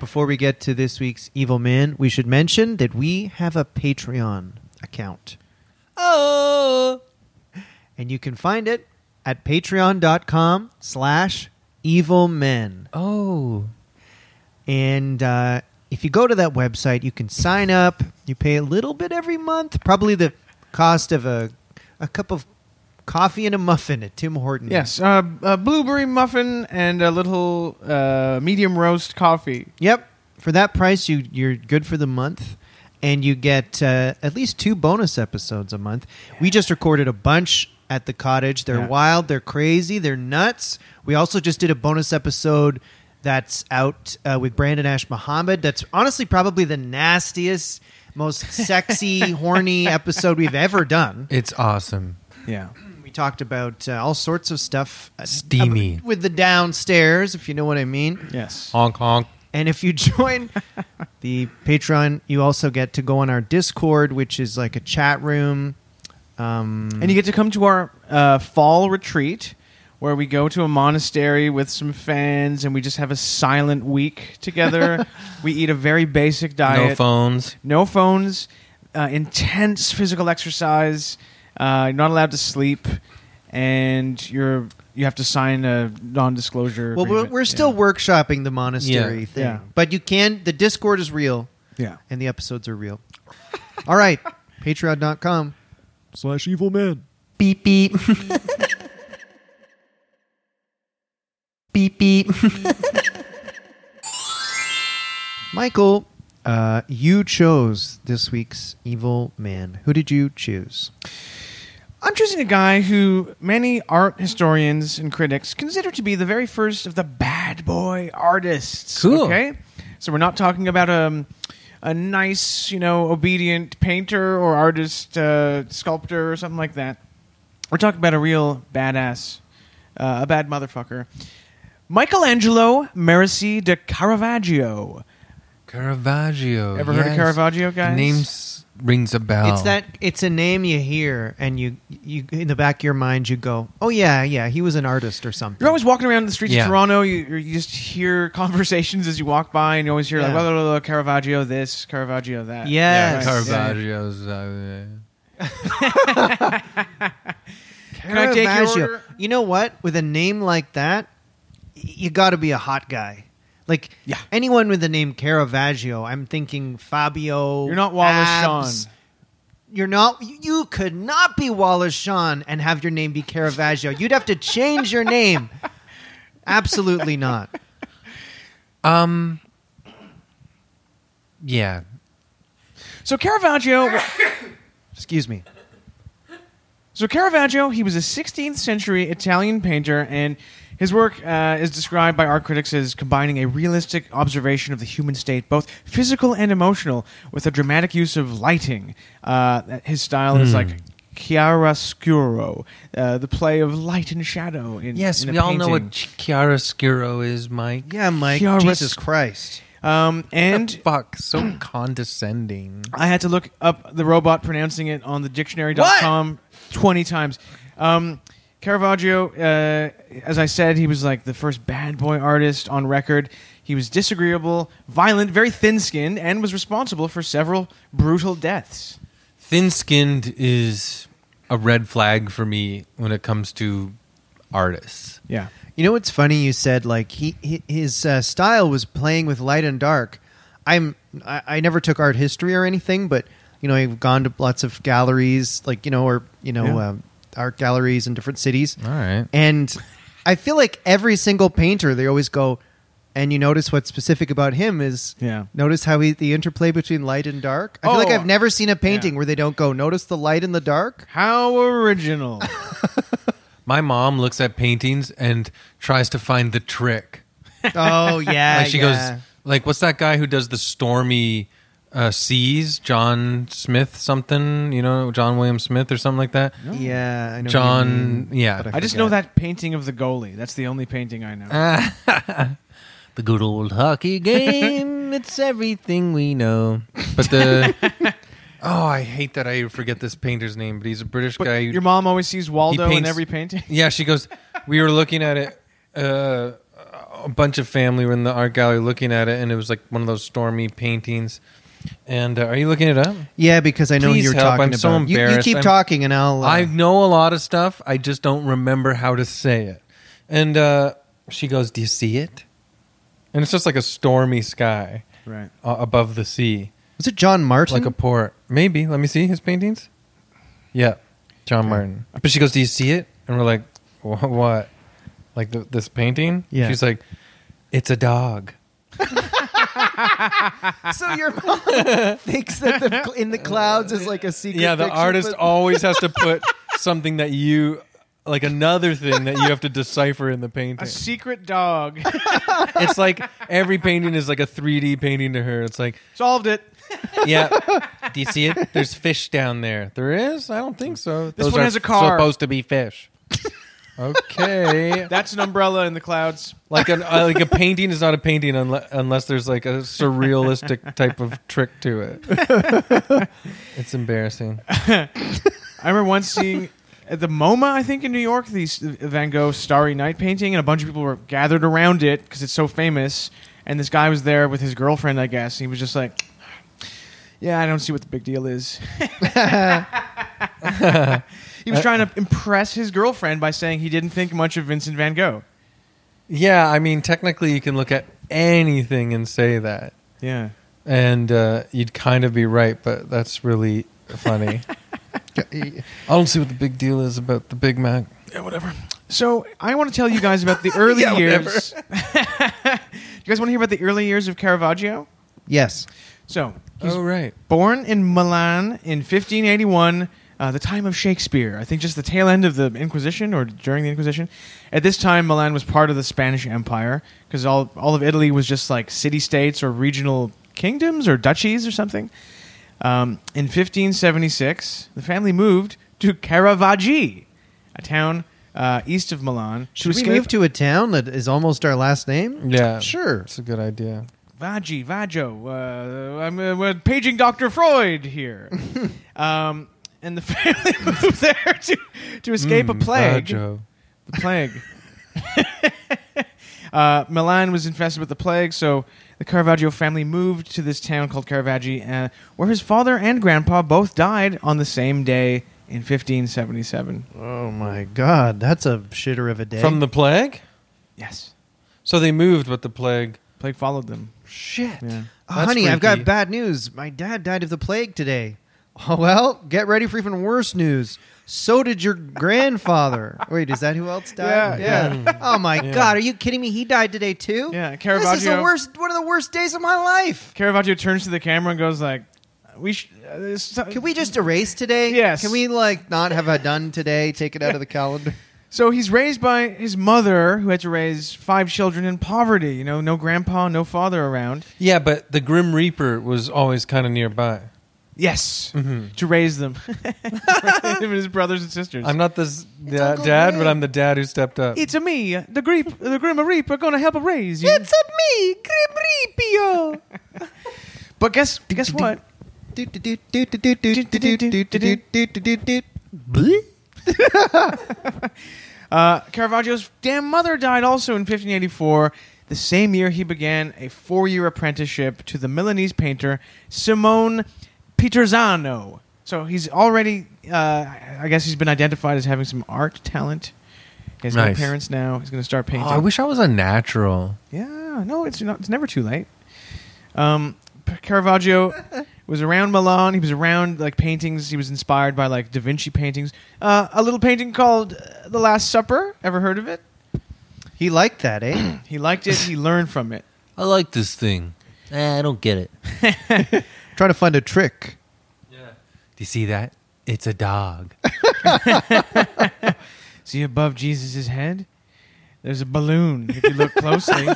B: Before we get to this week's Evil Man, we should mention that we have a Patreon account.
D: Oh.
B: And you can find it at patreon.com slash evil men.
A: Oh.
B: And uh, if you go to that website, you can sign up. You pay a little bit every month, probably the cost of a, a cup of coffee and a muffin at Tim Hortons.
C: Yes, uh, a blueberry muffin and a little uh, medium roast coffee.
B: Yep. For that price, you you're good for the month, and you get uh, at least two bonus episodes a month. We just recorded a bunch at the cottage. They're
C: Yeah.
B: wild. They're crazy. They're nuts. We also just did a bonus episode that's out uh, with Brandon Ash Muhammad. That's honestly probably the nastiest, most sexy, horny episode we've ever done.
A: It's awesome.
C: Yeah.
B: We talked about uh, all sorts of stuff. uh,
A: Steamy.
B: ab- with the downstairs, if you know what I mean.
C: Yes.
A: Honk honk.
B: And if you join the Patreon, you also get to go on our Discord, which is like a chat room. Um,
C: And you get to come to our uh, fall retreat where we go to a monastery with some fans and we just have a silent week together. we eat a very basic diet.
A: No phones.
C: no phones, uh, intense physical exercise. Uh, you're not allowed to sleep, and you're you have to sign a non-disclosure.
B: well, we're,
C: agreement.
B: we're still workshopping the monastery
A: Yeah.
B: thing,
C: Yeah.
B: but you can. The Discord is real,
C: yeah. yeah.
B: and the episodes are real. All right, Patreon.com.
C: slash evil man.
D: Beep beep. beep beep.
B: Michael, uh, you chose this week's evil man. Who did you choose?
C: I'm choosing a guy who many art historians and critics consider to be the very first of the bad boy artists.
A: Cool.
C: Okay, so we're not talking about um, a nice, you know, obedient painter or artist, uh, sculptor or something like that. We're talking about a real badass, uh, a bad motherfucker, Michelangelo Merisi de Caravaggio.
A: Caravaggio.
C: Ever heard of
A: yes.
C: Caravaggio, guys?
A: Names rings a bell.
C: Oh.
B: It's that it's a name you hear and you you in the back of your mind you go, "Oh yeah, yeah, he was an artist or something."
C: You're always walking around the streets
A: Yeah.
C: of Toronto. You, you're- you just hear conversations as you walk by, and you always hear like,
B: Yeah.
C: blah, blah, blah, blah, Caravaggio this, Caravaggio that.
B: Yes.
A: Yeah,
C: right.
A: Caravaggio's. Uh,
C: Can I take your
B: Caravaggio.
C: order?
B: You know what? With a name like that, y- you got to be a hot guy. Like
C: Yeah.
B: anyone with the name Caravaggio, I'm thinking Fabio.
C: You're not Wallace
B: Abs.
C: Shawn.
B: You're not. You you could not be Wallace Shawn and have your name be Caravaggio. You'd have to change your name. Absolutely not.
A: um. Yeah.
C: So Caravaggio,
B: Excuse me.
C: so Caravaggio, he was a 16th century Italian painter, and his work uh, is described by art critics as combining a realistic observation of the human state, both physical and emotional, with a dramatic use of lighting. Uh, that- his style is like chiaroscuro, uh, the play of light and shadow. In,
A: Yes,
C: in a
A: we all know
C: painting.
A: what chiaroscuro is, Mike.
B: Yeah, Mike.
C: Chiaras-
B: Jesus Christ.
C: Um, and
A: Fuck, so condescending.
C: I had to look up the robot pronouncing it on the dictionary.com 20 times. Um, Caravaggio, uh, as I said, he was like the first bad boy artist on record. He was disagreeable, violent, very thin skinned, and was responsible for several brutal deaths.
A: Thin skinned is a red flag for me when it comes to artists.
C: Yeah.
B: You know what's funny? You said like he, he his uh, style was playing with light and dark. I'm I, I never took art history or anything, but you know I've gone to lots of galleries, like you know, or you know,
C: Yeah.
B: um, art galleries in different cities.
A: All right.
B: And I feel like every single painter, they always go, and you notice what's specific about him is
C: Yeah.
B: notice how he the interplay between light and dark. I feel
C: Oh.
B: like I've never seen a painting
C: Yeah.
B: where they don't go notice the light and the dark.
C: How original.
A: My mom looks at paintings and tries to find the trick.
B: Oh yeah.
A: like she
B: yeah.
A: goes, like what's that guy who does the stormy uh, seas? John Smith something, you know, John William Smith or something like that.
B: Yeah, I know.
A: John, yeah.
B: but
C: I just know that painting of the goalie. That's the only painting I know.
A: the good old hockey game. it's everything we know. But the oh, I hate that I forget this painter's name. But he's a British
C: but
A: guy. who-
C: your mom always sees Waldo in
A: paints-
C: every painting.
A: yeah, she goes. We were looking at it. Uh, a bunch of family were in the art gallery looking at it, and it was like one of those stormy paintings. And uh, are you looking it up?
B: Yeah, because I know
A: Please
B: you're
A: help,
B: talking
A: I'm
B: about.
A: so
B: You- you,
A: embarrassed,
B: keep
A: I'm-
B: talking, and I'll. Uh,
A: I know a lot of stuff. I just don't remember how to say it. And uh, she goes, "Do you see it?" And it's just like a stormy sky
C: Right.
A: uh, above the sea.
B: was it John Martin?
A: like a port. Maybe. Let me see his paintings. Yeah, John Martin. But she goes, "Do you see it?" And we're like, "Wha- "What? Like th- this painting?"
B: Yeah.
A: She's like, "It's a dog."
B: so your mom thinks that the, in the clouds is like a secret.
A: yeah, the
B: fiction,
A: artist
B: but-
A: always has to put something that you like another thing that you have to decipher in the
C: A
A: painting.
C: secret dog
A: It's like every painting is like a 3D painting to her. It's like,
C: solved it.
A: yeah, do you see it? There's fish down there. There is? I don't think so.
C: This
A: Those
C: one
A: are
C: has a car.
A: Supposed to be fish. Okay.
C: That's an umbrella in the clouds.
A: like an uh, like a painting is not a painting unless, unless there's like a surrealistic type of trick to it. it's embarrassing.
C: I remember once seeing at the MoMA, I think in New York, the S- Van Gogh Starry Night painting, and a bunch of people were gathered around it because it's so famous. And this guy was there with his girlfriend, I guess. And he was just like, "Yeah, I don't see what the big deal is." he
A: Uh,
C: was trying to impress his girlfriend by saying he didn't think much of Vincent Van Gogh.
A: Yeah, I mean technically you can look at anything and say that,
C: Yeah,
A: and uh, you'd kind of be right, but that's really funny. I don't see what the big deal is about the Big Mac.
C: Yeah, whatever. So I want to tell you guys about the early
A: Yeah, whatever.
C: years. Do you guys want to hear about the early years of Caravaggio?
B: yes.
C: So he's
A: oh right,
C: born in Milan in 1581, uh, the time of Shakespeare. I think just the tail end of the Inquisition or during the Inquisition. At this time, Milan was part of the Spanish Empire because all all of Italy was just like city states or regional kingdoms or duchies or something. Um, in 1576, the family moved to Caravaggi, a town uh, east of Milan.
B: Should we
C: escape-
B: move to a town that is almost our last name?
A: yeah,
B: Sure.
A: it's a good idea.
C: Vaji, Vajo. Uh, I'm uh, we're paging Dr. Freud here. um, and the family moved there to, to escape a
A: Mm,
C: plague.
A: Baggio.
C: The plague. uh, Milan was infested with the plague, so the Caravaggio family moved to this town called Caravaggi, uh, where his father and grandpa both died on the same day in 1577.
B: Oh my God, that's a shitter of a day.
A: From the plague,
C: Yes.
A: so they moved, but the plague.
C: Plague followed them.
B: shit,
C: Yeah.
B: Oh,
A: That's
B: honey, I've
A: freaky.
B: got bad news. My dad died of the plague today. Oh well, get ready for even worse news. So did your grandfather. Wait, is that who else died?
C: Yeah,
B: yeah. Oh my
A: Yeah.
B: God, are you kidding me? He died today too.
C: Yeah,
B: This is the
C: Caravaggio-
B: worst. One of the worst days of my life.
C: Caravaggio turns to the camera and goes like, "We sh- uh, this-
B: Can we just erase today?
C: Yes.
B: Can we like not have a done today? Take it out of the calendar.
C: So he's raised by his mother, who had to raise five children in poverty. You know, no grandpa, no father around.
A: Yeah, but the Grim Reaper was always kind of nearby.
C: Yes, to raise them, him and his brothers and sisters.
A: I'm not the s- da- dad, but I'm the dad who stepped up.
C: it's a me, the Greep, the Grim Reaper, going to help raise you.
B: a me, Grim Reapio.
C: But guess, guess what? Uh, Caravaggio's damn mother died also in 1584. The same year he began a four-year apprenticeship to the Milanese painter Simone Pietrozzano. So he's already, uh, I guess he's been identified as having some art talent. He has
A: Nice.
C: no parents now. He's going to start painting.
A: Oh, I wish I was a natural.
C: Yeah, no, it's not. It's never too late. Um, P- Caravaggio was around Milan. He was around like paintings. He was inspired by like Da Vinci paintings. Uh, a little painting called uh, The Last Supper. Ever heard of it?
B: He liked that, eh?
C: He liked it. He learned from it.
E: I like this thing. Eh, I don't get it. Do
B: Trying to find a trick.
E: you see that? It's a dog.
C: See above Jesus' head. There's a balloon if you look closely.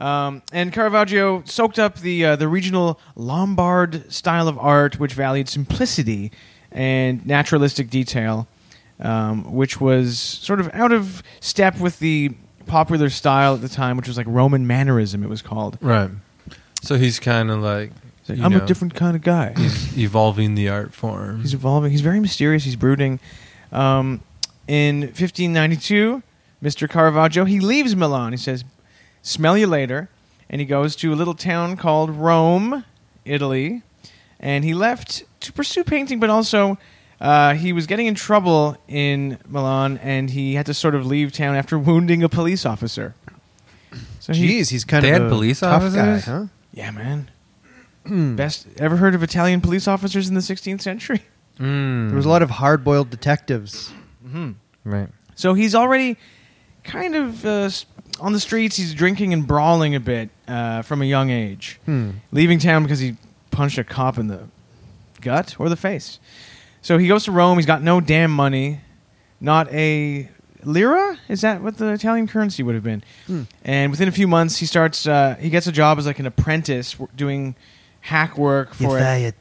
C: Um, and Caravaggio soaked up the uh, the regional Lombard style of art, which valued simplicity and naturalistic detail, um, which was sort of out of step with the popular style at the time, which was like Roman mannerism. It was called.
A: Right. So he's kind of like,
C: It's like,
A: you
C: I'm
A: know,
C: a different kind of guy.
A: evolving the art form.
C: He's evolving. He's very mysterious. He's brooding. Um, in 1592, Mr. Caravaggio he leaves Milan. He says, "Smell you later," and he goes to a little town called Rome, Italy. And he left to pursue painting, but also uh, he was getting in trouble in Milan, and he had to sort of leave town after wounding a police officer. So he,
B: Jeez, he's kind
A: They
B: of
A: had
B: a
A: police
B: tough
A: officers? Hmm.
B: guy, huh?
C: yeah, man. Best ever heard of Italian police officers in the 16th century?
A: Mm.
B: There was a lot of hard-boiled detectives.
A: Right.
C: So he's already kind of uh, s- on the streets. He's drinking and brawling a bit uh, from a young age, leaving town because he punched a cop in the gut or the face. So he goes to Rome. He's got no damn money, not a lira. Is that what the Italian currency would have been? And within a few months, he starts. Uh, he gets a job as like an apprentice w- doing hack work for. a-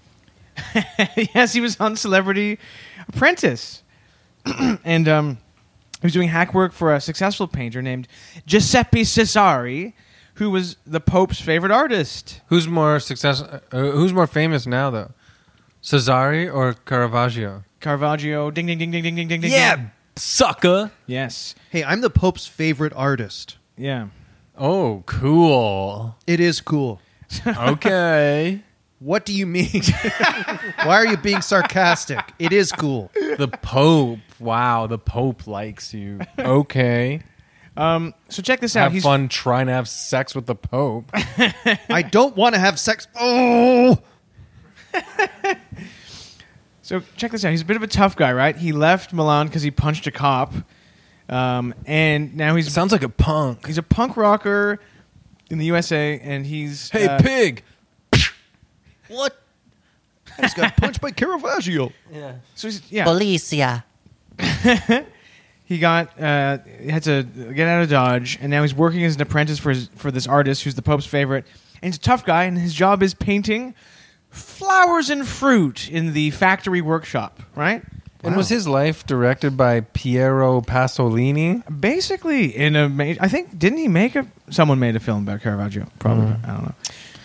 C: yes, he was on Celebrity Apprentice, and um, he was doing hack work for a successful painter named Giuseppe Cesari, who was the Pope's favorite artist.
A: Who's more success? Uh, who's more famous now, though? Cesare or Caravaggio?
C: Caravaggio, ding ding ding ding ding ding ding ding. ding.
A: sucker.
C: Yes.
B: Hey, I'm the Pope's favorite artist.
C: Yeah.
A: Oh, cool.
B: It is cool.
A: Okay.
B: What do you mean? Why are you being sarcastic? It is cool.
A: the Pope. Wow, the Pope likes you. Okay.
C: Um, so check this out.
A: have
C: He's
A: fun trying to have sex with the Pope.
B: I don't want to have sex. Oh,
C: So check this out. He's a bit of a tough guy, right? He left Milan because he punched a cop, um, and now he's
A: Sounds like a punk.
C: he's a punk rocker in the USA, and he's
A: Hey,
C: uh,
A: pig.
B: what? I just got punched by Caravaggio.
C: so he's, yeah.
D: Policia.
C: he got uh, had to get out of Dodge, and now he's working as an apprentice for his, for this artist who's the Pope's favorite, and he's a tough guy, and his job is painting flowers and fruit in the factory workshop, right?
A: And was his life directed by Piero Pasolini?
C: Basically, in a ma- I think didn't he make a someone made a film about Caravaggio? Probably
B: Mm-hmm.
C: I don't know.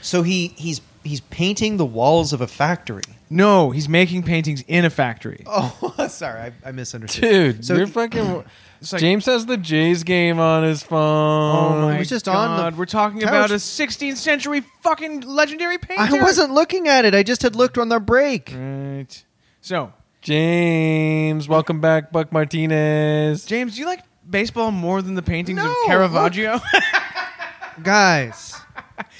B: So he he's he's painting the walls of a factory.
C: No, he's making paintings in a factory.
B: Oh, sorry, I, I misunderstood.
A: Dude,
B: So-
A: you're fucking.
C: It's like- Oh
A: James has the Jays game on his phone.
B: my- was just on
C: God!
B: the
C: We're talking
B: couch.
C: about a 16th century fucking legendary painter.
B: I wasn't looking at it. I just had looked on the break.
C: Right. So
A: James, welcome back, Buck Martinez.
C: James, do you like baseball more than the paintings
B: No,
C: of Caravaggio? so
B: Guys,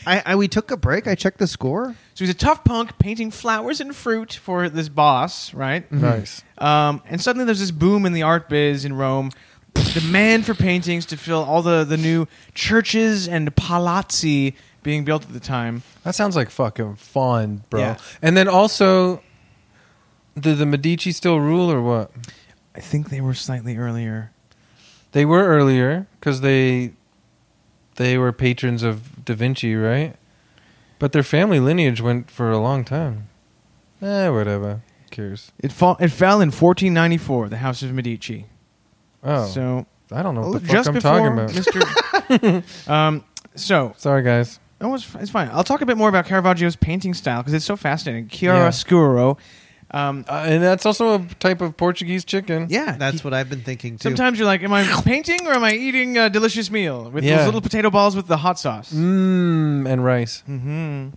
B: I, I we took a break. I checked the score.
C: he's a tough punk painting flowers and fruit for this boss, right?
A: Nice.
C: Um, and suddenly there's this boom in the art biz in Rome. Demand for paintings to fill all the, the new churches and palazzi being built at the time.
A: That sounds like fucking fun, bro.
C: Yeah.
A: And then also, did the Medici still rule or what?
C: I think they were slightly earlier.
A: They were earlier because they they were patrons of Da Vinci, right? But their family lineage went for a long time. Eh, whatever. Who cares?
C: It, fall, it fell in 1494, the House of Medici.
A: Oh,
C: So
A: I don't know what the fuck
C: just
A: I'm
C: before
A: talking about.
C: Mr. um, so
A: Sorry, guys.
C: Oh, it's, it's fine. I'll talk a bit more about Caravaggio's painting style because it's so fascinating.
A: Yeah.
C: Chiaroscuro. Um,
A: Uh, and that's also a type of Portuguese chicken.
C: yeah.
B: That's what I've been thinking too.
C: Sometimes you're like, am I painting or am I eating a delicious meal with
A: Yeah.
C: those little potato balls with the hot sauce?
A: Mmm, and rice.
C: hmm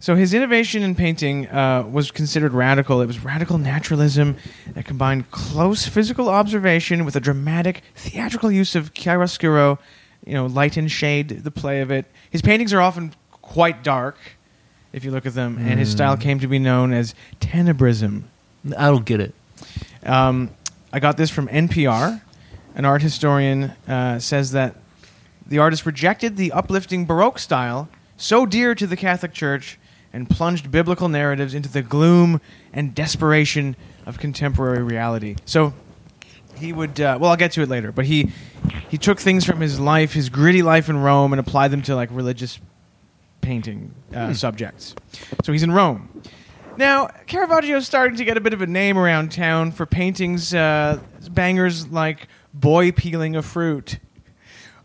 C: So his innovation in painting uh, was considered radical. It was radical naturalism that combined close physical observation with a dramatic theatrical use of chiaroscuro, you know, light and shade, the play of it. His paintings are often quite dark, if you look at them, and his style came to be known as tenebrism.
D: I don't get it.
C: Um, I got this from NPR. An art historian uh, says that the artist rejected the uplifting Baroque style so dear to the Catholic Church and plunged biblical narratives into the gloom and desperation of contemporary reality. So he would. Uh, well, I'll get to it later. But he he took things from his life, his gritty life in Rome, and applied them to like religious painting uh, subjects. So he's in Rome. Now, Caravaggio's starting to get a bit of a name around town for paintings, uh, bangers like Boy Peeling a Fruit,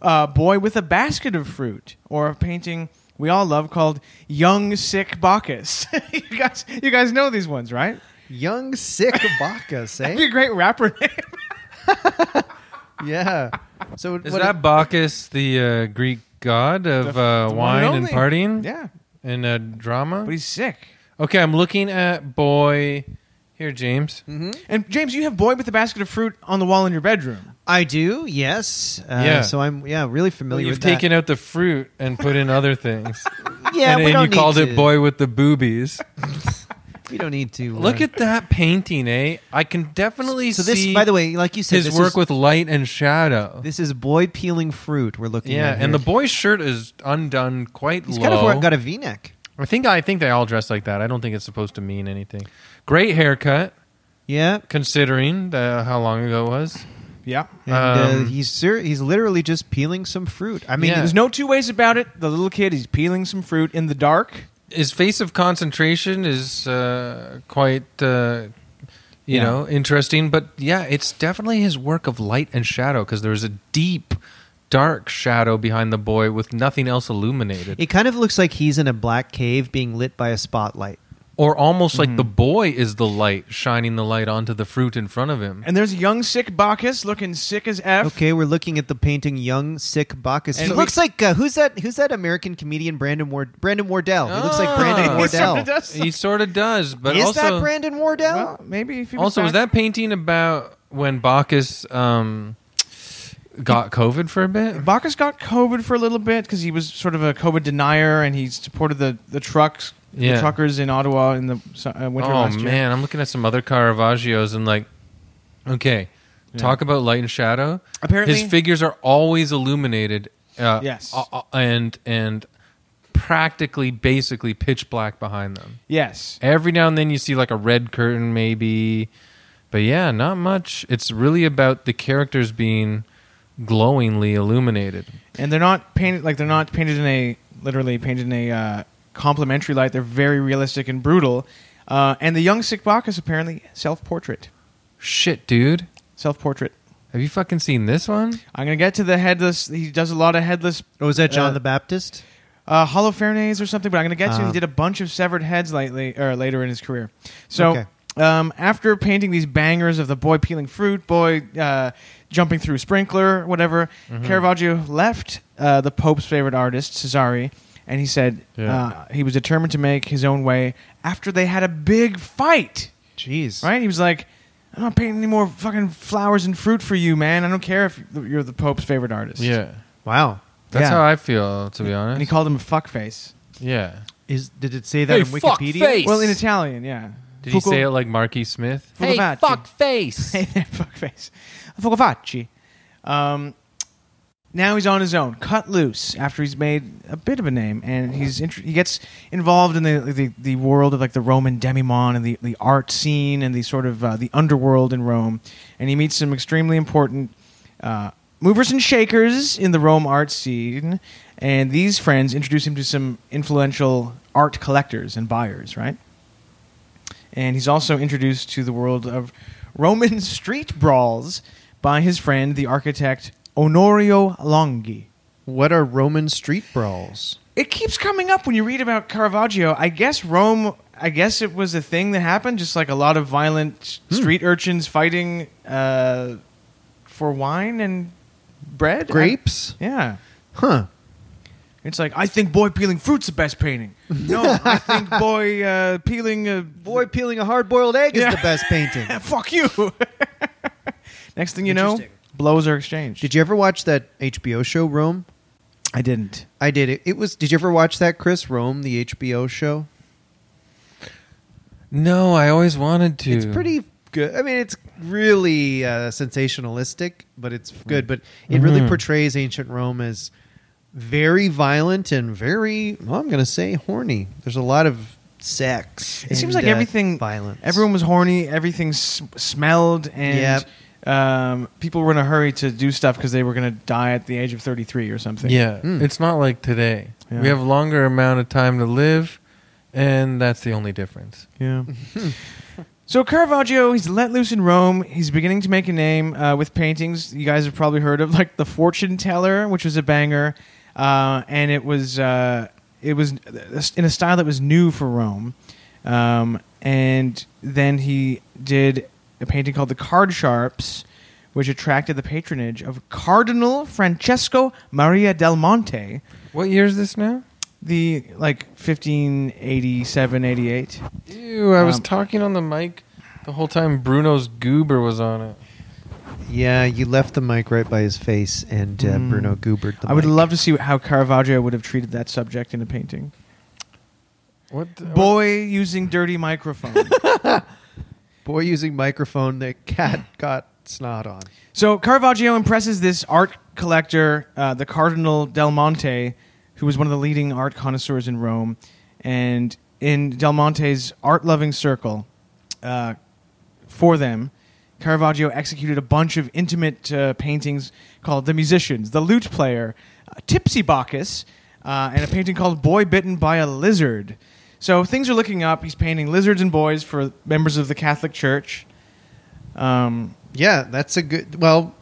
C: uh, Boy with a Basket of Fruit, or a painting we all love called Young Sick Bacchus. you, guys, you guys know these ones, right?
B: Young sick Bacchus,
C: That'd be
B: eh?
C: a great rapper name.
B: yeah. So
A: Is
B: what-
A: that Bacchus, the uh, Greek god of uh,
C: the one
A: wine
C: and
A: and
C: only.
A: partying
C: yeah,
A: and uh, drama?
C: but he's sick.
A: Okay, I'm looking at boy here, James.
C: And James, you have Boy with a Basket of Fruit on the wall in your bedroom.
B: I do. Yes. Uh,
A: Yeah.
B: So I'm yeah really familiar
A: You've
B: with that.
A: taken out the fruit and put in other things.
B: Yeah,
A: and,
B: we
A: and
B: don't
A: you
B: need
A: called
B: to-
A: it boy with the boobies.
B: We don't need to uh,
A: Look at that painting, eh? I can definitely
B: So this,
A: see
B: by the way, like you said,
A: his
B: this
A: work
B: is,
A: with light and shadow.
B: this is boy peeling fruit. We're looking.
A: yeah,
B: at
A: and the
B: here.
A: boy's shirt is undone quite
B: he's
A: low.
B: kind of got a V-neck.
A: I think I think they all dress like that. I don't think it's supposed to mean anything. Great haircut,
B: Yeah,
A: considering the, how long ago it was.
C: Yeah.
B: and uh,
A: Um,
B: he's ser- he's literally just peeling some fruit. I mean,
A: Yeah.
C: There's no two ways about it. The little kid is peeling some fruit in the dark.
A: His face of concentration is uh, quite, uh, you
C: Yeah.
A: know, interesting. But yeah, it's definitely his work of light and shadow because there's a deep, dark shadow behind the boy with nothing else illuminated,
B: it kind of looks like he's in a black cave being lit by a spotlight.
A: or almost like
B: Mm-hmm.
A: the boy is the light shining the light onto the fruit in front of him.
C: And there's young sick Bacchus looking sick as F.
B: Okay, we're looking at the painting "Young Sick Bacchus."
C: And
B: it
C: we-
B: looks like uh, who's that? Who's that American comedian Brandon Ward? Brandon Wardell. He looks like Brandon
A: Ah.
C: He sort
B: Wardell.
C: of does.
A: he sort of does, but
B: Is
A: also
B: that Brandon Wardell?
C: Well, maybe if he was
A: Also, was
C: back-
A: that painting about when Bacchus um, got COVID for a bit?
C: Bacchus got COVID for a little bit because he was sort of a COVID denier and he supported the the trucks, the
A: Yeah.
C: truckers in Ottawa in the su- uh, winter
A: Oh
C: last year.
A: man, I'm looking at some other Caravaggios and like, okay, talk about light and shadow.
C: Apparently-
A: his figures are always illuminated. Uh,
C: Yes.
A: uh, uh, and and practically, basically pitch black behind them.
C: Yes.
A: Every now and then you see like a red curtain, maybe, but yeah, not much. It's really about the characters being glowingly illuminated.
C: and they're not painted like they're not painted in a literally painted in a uh, complementary light. They're very realistic and brutal. Uh, and the young sick Bacchus apparently self portrait,
A: Shit, dude.
C: self portrait.
A: Have you fucking seen this one?
C: I'm gonna get to the headless. He does a lot of headless
B: Or was Oh, that John
C: Uh,
B: the Baptist?
C: uh, Holofernes or something, but I'm gonna get to.
B: Um,
C: he did a bunch of severed heads lately or later in his career. So.
B: Okay.
C: Um, after painting these bangers of the boy peeling fruit, boy uh, jumping through sprinkler, whatever, Caravaggio left uh, the Pope's favorite artist, Cesare, and he said
A: Yeah.
C: uh, he was determined to make his own way after they had a big fight.
B: Jeez.
C: Right? He was like, I'm not painting any more fucking flowers and fruit for you, man. I don't care if you're the Pope's favorite artist.
B: Wow.
A: That's
C: Yeah.
A: how I feel, to be honest.
C: And he called him a fuckface.
A: yeah.
B: Is did it say that on Wikipedia?
C: Well, in Italian, yeah.
A: Did he say it like Marky Smith?
D: Hey,
C: Fucovacci.
D: fuck face.
C: Hey there, fuckface. Fucovacci. Um, now he's on his own, cut loose after he's made a bit of a name, and he's int- he gets involved in the, the the world of like the Roman demimon and the the art scene and the sort of uh, the underworld in Rome, and he meets some extremely important. Uh, Movers and shakers in the Rome art scene, and these friends introduce him to some influential art collectors and buyers, right? and he's also introduced to the world of Roman street brawls by his friend, the architect Honorio Longhi.
B: What are Roman street brawls?
C: It keeps coming up when you read about Caravaggio. I guess Rome. I guess it was a thing that happened, just like a lot of violent street urchins fighting uh, for wine and bread.
B: Grapes?
C: I- yeah.
B: Huh.
C: It's like I think boy peeling fruit's the best painting. No, I think boy uh, peeling uh,
B: Boy peeling a hard boiled egg
C: Yeah.
B: is the best painting.
C: fuck you. Next thing you know,
B: Interesting.
C: blows are exchanged.
B: Did you ever watch that HBO show Rome?
C: I didn't.
B: I did. It, it was. Did you ever watch that, Chris? Rome, the HBO show.
A: No, I always wanted to.
B: It's pretty good. I mean, it's really uh, sensationalistic, but it's good. But it
C: Mm-hmm.
B: really portrays ancient Rome as very violent and very. Well, I'm going to say horny. There's a lot of sex.
C: It
B: and,
C: seems like
B: uh,
C: everything.
B: violence.
C: Everyone was horny. Everything s- smelled, and
B: Yep.
C: um, people were in a hurry to do stuff because they were going to die at the age of 33 or something.
A: Yeah,
B: Hmm.
A: it's not like today.
C: Yeah.
A: We have a longer amount of time to live, and that's the only difference.
C: Yeah. so Caravaggio, he's let loose in Rome. He's beginning to make a name uh, with paintings. You guys have probably heard of like the Fortune Teller, which was a banger, uh, and it was uh, it was uh, in a style that was new for Rome. Um, and then he did a painting called the Card Sharps, which attracted the patronage of Cardinal Francesco Maria del Monte.
A: What year is this now?
C: The like 1587, 88.
A: Ew, I was
C: Um,
A: talking on the mic the whole time Bruno's goober was on it.
B: Yeah, you left the mic right by his face, and uh,
C: Mm.
B: Bruno goobered the
C: I would
B: mic.
C: love to see how Caravaggio would have treated that subject in a painting.
A: What? the-
C: Boy using dirty microphone.
B: boy using microphone that cat got snot on.
C: so Caravaggio impresses this art collector, uh, the Cardinal Del Monte, who was one of the leading art connoisseurs in Rome, and in Del Monte's art-loving circle, uh, for them. Caravaggio executed a bunch of intimate uh, paintings called The Musicians, The Lute Player, uh, Tipsy Bacchus, uh, and a painting called Boy Bitten by a Lizard. So things are looking up. He's painting lizards and boys for members of the Catholic Church. Um,
B: Yeah, that's a good. Well,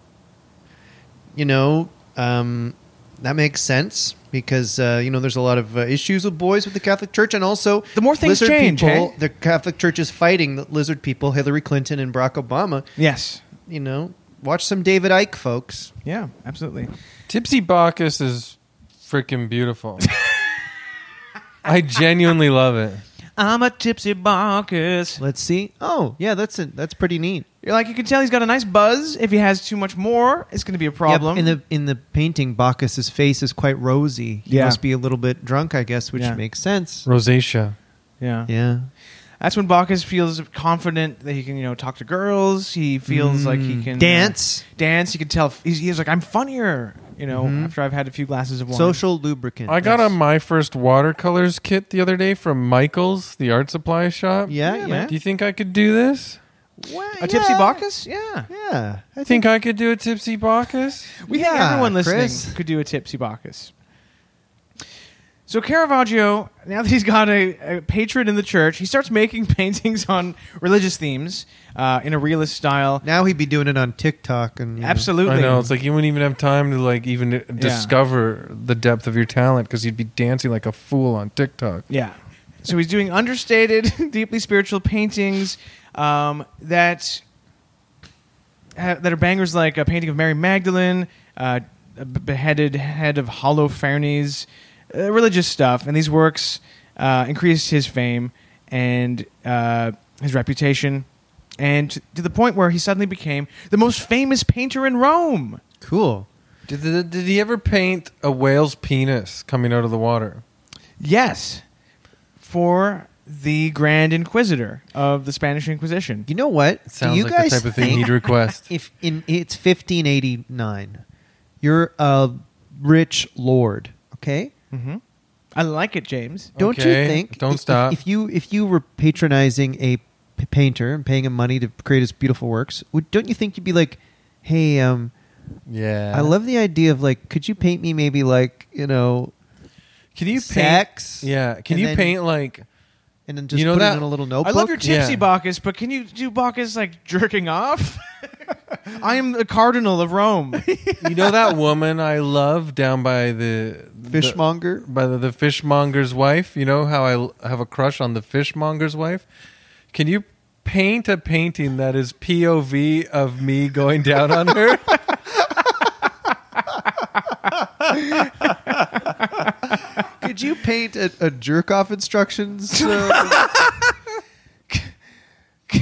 B: you know, um, that makes sense because uh, you know there's a lot of uh, issues with boys with the Catholic Church, and also
C: The more things
B: lizard
C: change, eh?
B: people,
C: hey?
B: the Catholic Church is fighting the lizard people, Hillary Clinton and Barack Obama.
C: yes.
B: You know, watch some David Icke, folks.
C: Yeah, absolutely.
A: Tipsy Bacchus is freaking beautiful. I genuinely love it.
C: I'm a tipsy Bacchus.
B: Let's see. Oh, yeah, that's a, that's pretty neat.
C: You're like, you can tell he's got a nice buzz. If he has too much more, it's going to be a problem.
B: Yeah, in the in the painting, Bacchus's face is quite rosy. He
C: Yeah.
B: must be a little bit drunk, I guess, which
C: Yeah.
B: makes sense.
A: Rosacea.
C: yeah.
B: Yeah.
C: That's when Bacchus feels confident that he can, you know, talk to girls. He feels like he can uh,
B: Hmm. Dance.
C: dance. He can tell he's, he's like, I'm funnier, you know,
B: Mhm.
C: after I've had a few glasses of wine.
B: Social lubricant.
A: I got on my first watercolors kit the other day from Michaels, the art supply shop.
B: Yeah,
C: Yeah,
B: yeah.
C: man.
A: Do you think I could do this?
B: Well,
C: a tipsy
B: yeah.
C: Bacchus, yeah.
B: Yeah.
A: I think I could do a Tipsy Bacchus.
C: We think
B: Yeah,
C: everyone listening
B: Chris.
C: could do a tipsy Bacchus. So Caravaggio, now that he's got a, a patron in the church, he starts making paintings on religious themes uh, in a realist style.
B: Now he'd be doing it on TikTok and you know.
C: Absolutely,
A: I know it's like you wouldn't even have time to like even discover the depth of your talent because you'd be dancing like a fool on TikTok.
C: Yeah. So he's doing understated, deeply spiritual paintings um, that ha- that are bangers like a painting of Mary Magdalene, uh, a b- beheaded head of Holofernes, uh, religious stuff. And these works uh, increased his fame and uh, his reputation, and t- to the point where he suddenly became the most famous painter in Rome.
B: Cool.
A: Did, did, did he ever paint a whale's penis coming out of the water?
C: Yes, for the Grand Inquisitor of the Spanish Inquisition.
B: You know what?
A: It sounds
B: Do you
A: like
B: guys
A: the type of thing
B: think
A: he'd request.
B: if in it's 1589, you're a rich lord, okay?
C: Mm-hmm. I like it, James.
B: Don't
A: Okay,
B: you think?
A: don't
B: if-
A: stop.
B: If, you if you were patronizing a p- painter and paying him money to create his beautiful works, would, don't you think you'd be like, "Hey, um,
A: Yeah,
B: I love the idea of like, could you paint me maybe like you know,
A: Can you
B: sex?
A: paint? Yeah. Can
B: and
A: you
B: then-
A: paint like?
B: and then just
A: You know
B: put
A: that-
B: it in a little
C: I
B: notebook."
C: love your tipsy
A: Yeah.
C: Bacchus, but can you do Bacchus like jerking off? I am the cardinal of Rome.
A: You know that woman I love down by the the-
B: fishmonger.
A: by the, the fishmonger's wife. You know how I l- have a crush on the fishmonger's wife. Can you paint a painting that is POV of me going down on her?
B: Could you paint a, a jerk off instructions? Uh,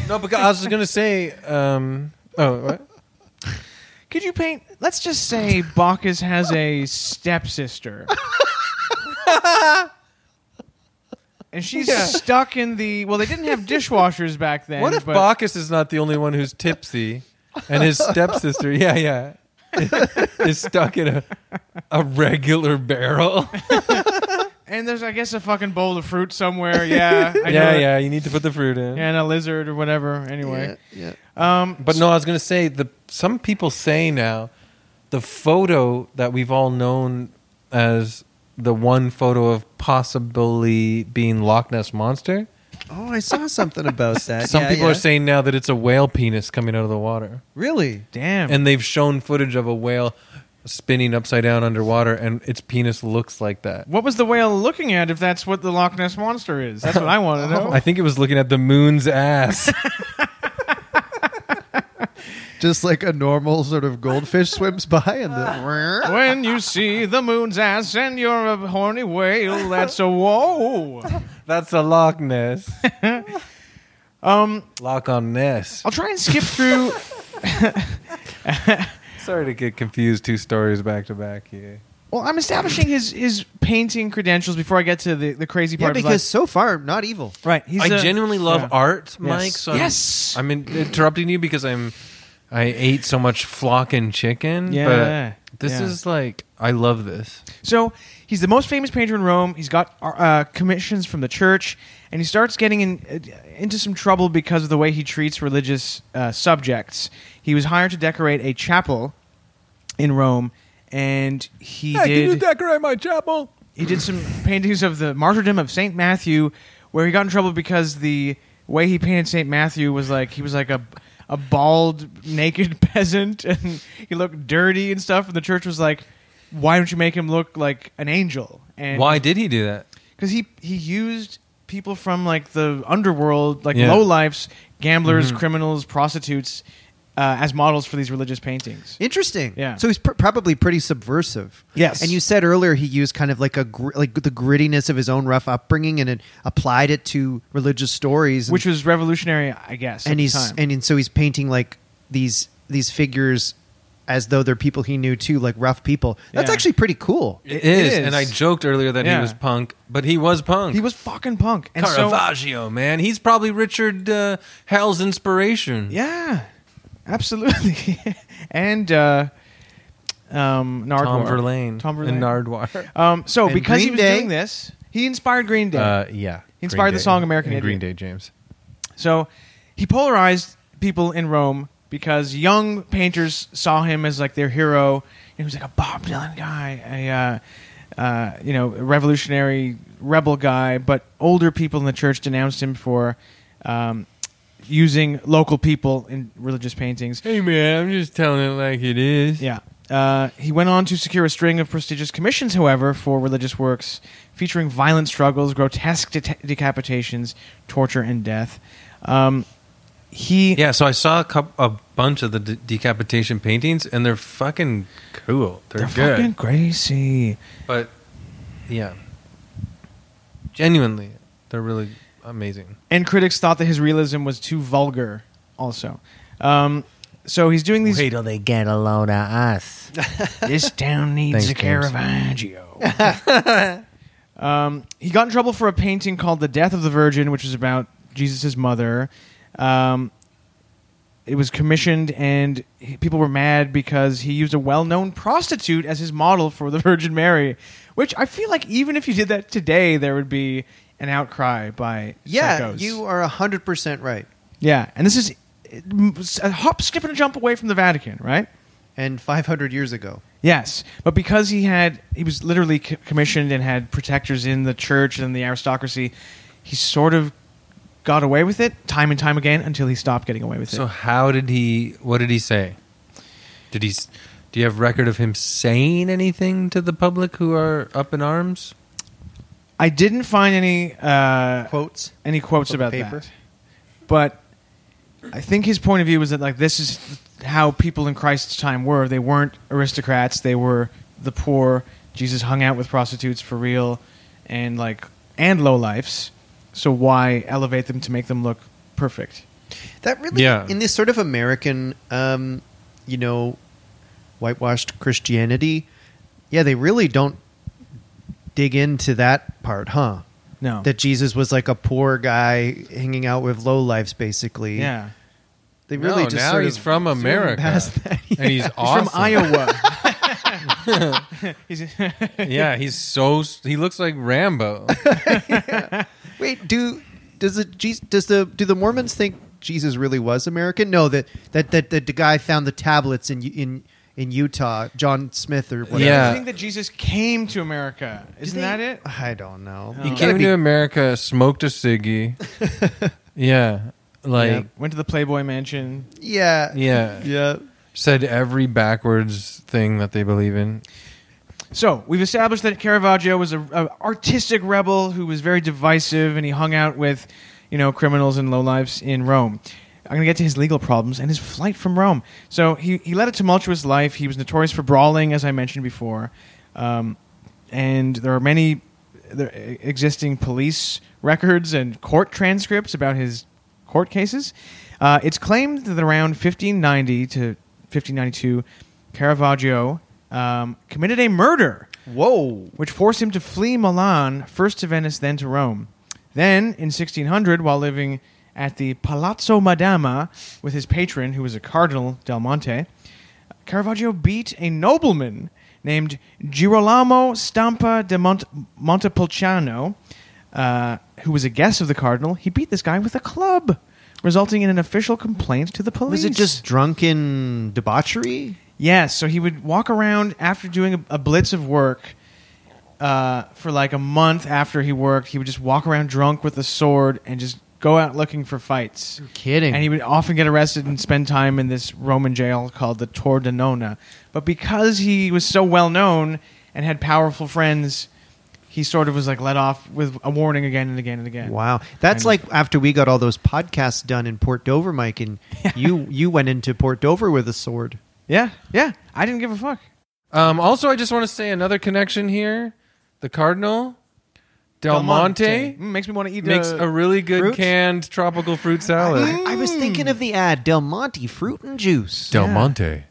A: no, because I was going to say. Um, oh, what?
C: Could you paint? Let's just say Bacchus has a stepsister. And she's stuck in the. Well, they didn't have dishwashers back then.
A: what if
C: but
A: Bacchus is not the only one who's tipsy, and his stepsister? Yeah, yeah. is stuck in a, a regular barrel.
C: And there's, I guess, a fucking bowl of fruit somewhere. Yeah. I know
A: yeah,
C: that.
A: yeah. You need to put the fruit in.
C: And a lizard or whatever. Anyway.
B: yeah.
C: Um,
A: But no, I was going to say the some people say now the photo that we've all known as the one photo of possibly being Loch Ness monster.
B: Oh, I saw something about that.
A: Some
B: Yeah,
A: people
B: yeah.
A: are saying now that it's a whale penis coming out of the water,
B: really.
C: damn.
A: and they've shown footage of a whale spinning upside down underwater, and its penis looks like that.
C: what was the whale looking at if that's what the Loch Ness monster is? That's what I want to know.
A: I think it was looking at the moon's ass.
B: Just like a normal sort of goldfish swims by and the
C: when you see the moon's ass and you're a horny whale, that's a whoa.
A: That's a Loch Ness.
C: Um,
A: Loch on Ness.
C: I'll try and skip through.
A: Sorry to get confused two stories back to back here.
C: Well, I'm establishing his his painting credentials before I get to the, the crazy
B: yeah,
C: part. of his
B: because so far not evil.
C: life. right, he's
A: I
C: a-
A: genuinely love
C: yeah.
A: art, Mike. So I'm,
C: Yes.
A: I'm in- interrupting you because I'm I ate so much flocking chicken.
C: Yeah,
A: But this
C: yeah.
A: is like I love this.
C: So he's the most famous painter in Rome. He's got uh, commissions from the church, and he starts getting in, uh, into some trouble because of the way he treats religious uh, subjects. He was hired to decorate a chapel in Rome, and he did
A: decorate my chapel?
C: he did some paintings of the martyrdom of Saint Matthew, where he got in trouble because the way he painted Saint Matthew was like he was like a a bald naked peasant, and he looked dirty and stuff. And the church was like, "Why don't you make him look like an angel?" And
A: Why did he do that?
C: Because he he used people from like the underworld, like
A: Yeah.
C: low lowlifes, gamblers,
B: Mm-hmm.
C: criminals, prostitutes, uh, as models for these religious paintings.
B: Interesting.
C: Yeah.
B: So he's pr- probably pretty subversive.
C: Yes.
B: And you said earlier he used kind of like a gr- like the grittiness of his own rough upbringing and it applied it to religious stories, and,
C: Which was revolutionary, I guess. at
B: and
C: the
B: he's
C: time.
B: and, and so he's painting like these these figures as though they're people he knew too, like rough people. That's
C: Yeah.
B: actually pretty cool.
A: It
C: it
A: is,
C: is.
A: and I joked earlier that
C: Yeah.
A: he was punk, but he was punk.
C: he was fucking punk. And so,
A: Caravaggio, man. He's probably Richard uh, Hell's inspiration.
C: Yeah, absolutely. and uh, um, Nardwar.
A: Tom Verlaine,
C: Tom
A: and
C: Verlaine.
A: Nardwar.
C: Um, so
B: And
C: because he
B: Green
C: was
B: Day.
C: doing this, he inspired Green Day.
A: Uh, yeah,
C: He inspired
A: Green
C: the
A: Day.
C: song American
A: and
C: Idiot.
A: Green Day, James.
C: so he polarized people in Rome because young painters saw him as like their hero. And he was like a Bob Dylan guy, a uh, uh, you know revolutionary rebel guy. But older people in the church denounced him for. Um, Using local people in religious paintings,
A: Hey man, I'm just telling it like it is.
C: Yeah. Uh, he went on to secure a string of prestigious commissions, however, for religious works featuring violent struggles, grotesque de- decapitations, torture, and death. Um, he
A: Yeah, so I saw a, coup a bunch of the de- decapitation paintings, and they're fucking cool. They're,
C: they're
A: good,
C: fucking crazy.
A: but yeah, genuinely, they're really amazing.
C: And critics thought that his realism was too vulgar. Also, um, so he's doing these.
D: Wait till they get a load of us.
C: this town needs
A: Thanks,
C: a
A: James.
C: Caravaggio. um, he got in trouble for a painting called "The Death of the Virgin," which was about Jesus' mother. Um, it was commissioned, and he- people were mad because he used a well-known prostitute as his model for the Virgin Mary. Which I feel like, even if you did that today, there would be an outcry by
B: Yeah,
C: psychos.
B: you are hundred percent right.
C: yeah, and this is uh, a hop, skip, and a jump away from the Vatican, right?
B: And five hundred years ago.
C: Yes, but because he had he was literally c- commissioned and had protectors in the church and the aristocracy, he sort of got away with it time and time again until he stopped getting away with
A: So
C: it.
A: how did he? What did he say? Did he? s- Do you have record of him saying anything to the public who are up in arms?
C: I didn't find any uh,
B: Quotes.
C: any quotes
B: From the
C: about
B: paper?
C: that, but I think his point of view was that like this is how people in Christ's time were. They weren't aristocrats. They were the poor. Jesus hung out with prostitutes for real, and like and low lifes. So why elevate them to make them look perfect?
B: That really,
A: Yeah.
B: in this sort of American, um, you know, whitewashed Christianity, yeah, they really don't dig into that part, huh?
C: No.
B: That Jesus was like a poor guy hanging out with lowlifes, basically.
C: yeah.
B: they really
A: No,
B: just
A: now
B: sort
A: he's
B: of
A: from
B: zoom
A: America,
B: past that.
A: and he's
B: Yeah.
A: awesome.
C: He's from Iowa. He's,
A: yeah, he's so he looks like Rambo.
B: Wait, do does the Jesus, does the do the Mormons think Jesus really was American? No, that that that, that the guy found the tablets in in in Utah, John Smith or whatever.
A: Yeah.
C: I think that Jesus came to America. Isn't
B: they-
C: that it?
B: I don't know.
A: He
C: Oh.
A: came to America, smoked a ciggy. yeah, like
C: Went to the Playboy Mansion.
B: yeah,
A: yeah.
B: yeah.
A: said every backwards thing that they believe in.
C: So we've established that Caravaggio was a, a artistic rebel who was very divisive, and he hung out with, you know, criminals and lowlifes in Rome. I'm going to get to his legal problems and his flight from Rome. So he, he led a tumultuous life. He was notorious for brawling, as I mentioned before, um, and there are many there, existing police records and court transcripts about his court cases. Uh, it's claimed that around 1590 to 1592, Caravaggio um, committed a murder,
B: Whoa.
C: which forced him to flee Milan, first to Venice, then to Rome. Then, in 1600, while living at the Palazzo Madama with his patron, who was a Cardinal Del Monte, Caravaggio beat a nobleman named Girolamo Stampa de Mont- Montepulciano, uh, who was a guest of the Cardinal. He beat this guy with a club, resulting in an official complaint to the police.
B: Was it just drunken debauchery?
C: Yes, so he would walk around after doing a, a blitz of work uh, for like a month after he worked. He would just walk around drunk with a sword and just go out looking for fights.
B: Kidding.
C: And he would often get arrested and spend time in this Roman jail called the Tordinona. But because he was so well known and had powerful friends, he sort of was like let off with a warning again and again and again.
B: Wow, that's
C: And-
B: like after we got all those podcasts done in Port Dover, Mike, and you you went into Port Dover with a sword.
C: Yeah, yeah. I didn't give a fuck.
A: Um, also, I just want to say another connection here. The Cardinal Del, Monte,
C: Mm, makes me want to eat
A: makes
C: uh,
A: a really good
B: fruit?
A: canned tropical fruit salad.
B: I, I was thinking of the ad Del Monte fruit and juice.
A: Del Monte.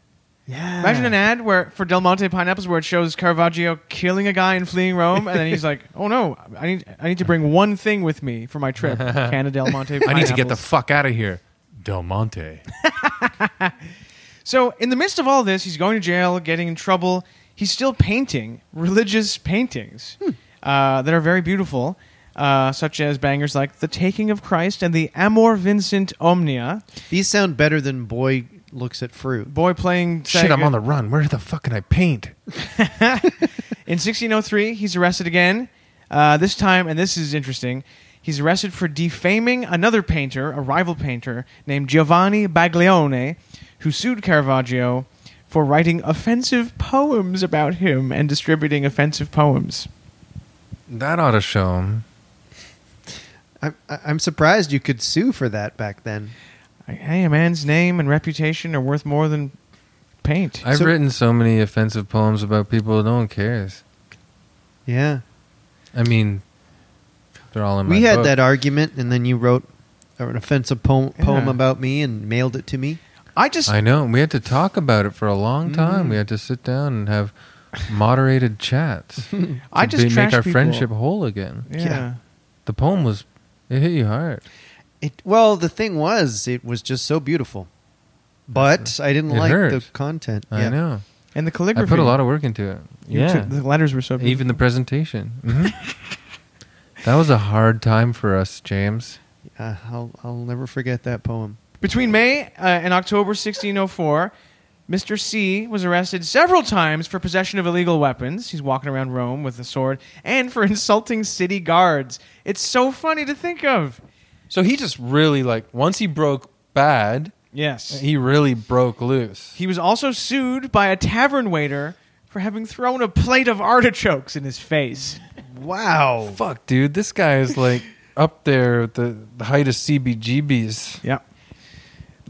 B: yeah,
C: Imagine
A: Uh.
C: an ad where for Del Monte pineapples where it shows Caravaggio killing a guy and fleeing Rome, and then he's like, "Oh no, I need I need to bring one thing with me for my trip: can of Del Monte."
A: I need to get the
C: pineapples."
A: fuck out of here. Del Monte.
C: so in the midst of all this, he's going to jail, getting in trouble. He's still painting religious paintings
A: Hmm.
C: uh, that are very beautiful, uh, such as bangers like "The Taking of Christ" and the "Amor Vincent Omnia."
B: these sound better than boy looks at fruit.
C: Boy playing
A: Shit, I'm
C: Sega.
A: on the run. Where the fuck can I paint?
C: In 1603, he's arrested again. Uh, this time, and this is interesting, he's arrested for defaming another painter, a rival painter named Giovanni Baglione, who sued Caravaggio for writing offensive poems about him and distributing offensive poems.
A: That ought to show him.
B: I, I, I'm surprised you could sue for that back then.
C: Like, hey, a man's name and reputation are worth more than paint.
A: I've
B: So-
A: written so many offensive poems about people. No one cares.
B: Yeah,
A: I mean, they're all in my
B: we had
A: book.
B: that argument, and then you wrote an offensive poem, poem
C: Yeah.
B: about me and mailed it to me.
C: I just
A: I know. We had to talk about it for a long time.
C: Mm.
A: We had to sit down and have moderated chats. to
C: I just
A: be-
C: trash
A: make our
C: people.
A: friendship whole again.
C: yeah.
B: Yeah.
A: The poem was it hit you hard.
B: It well, the thing was, it was just so beautiful, but I didn't
A: It
B: like
A: hurt.
B: the content.
A: I
B: Yeah.
A: know.
C: And the
A: I
C: calligraphy.
A: put a lot of work into it.
C: You
A: yeah.
C: took- the letters were so beautiful.
A: Even the presentation. Mhm. that was a hard time for us, James.
B: Uh, I'll I'll never forget that poem.
C: Between May uh, and October 1604, Mr. C was arrested several times for possession of illegal weapons. He's walking around Rome with a sword and for insulting city guards. It's so funny to think of.
A: So he just really like once he broke bad,
C: Yes.
A: he really broke loose.
C: He was also sued by a tavern waiter for having thrown a plate of artichokes in his face.
B: Wow.
A: Fuck, dude, this guy is like up there at the, the height of CBGBs.
C: Yep.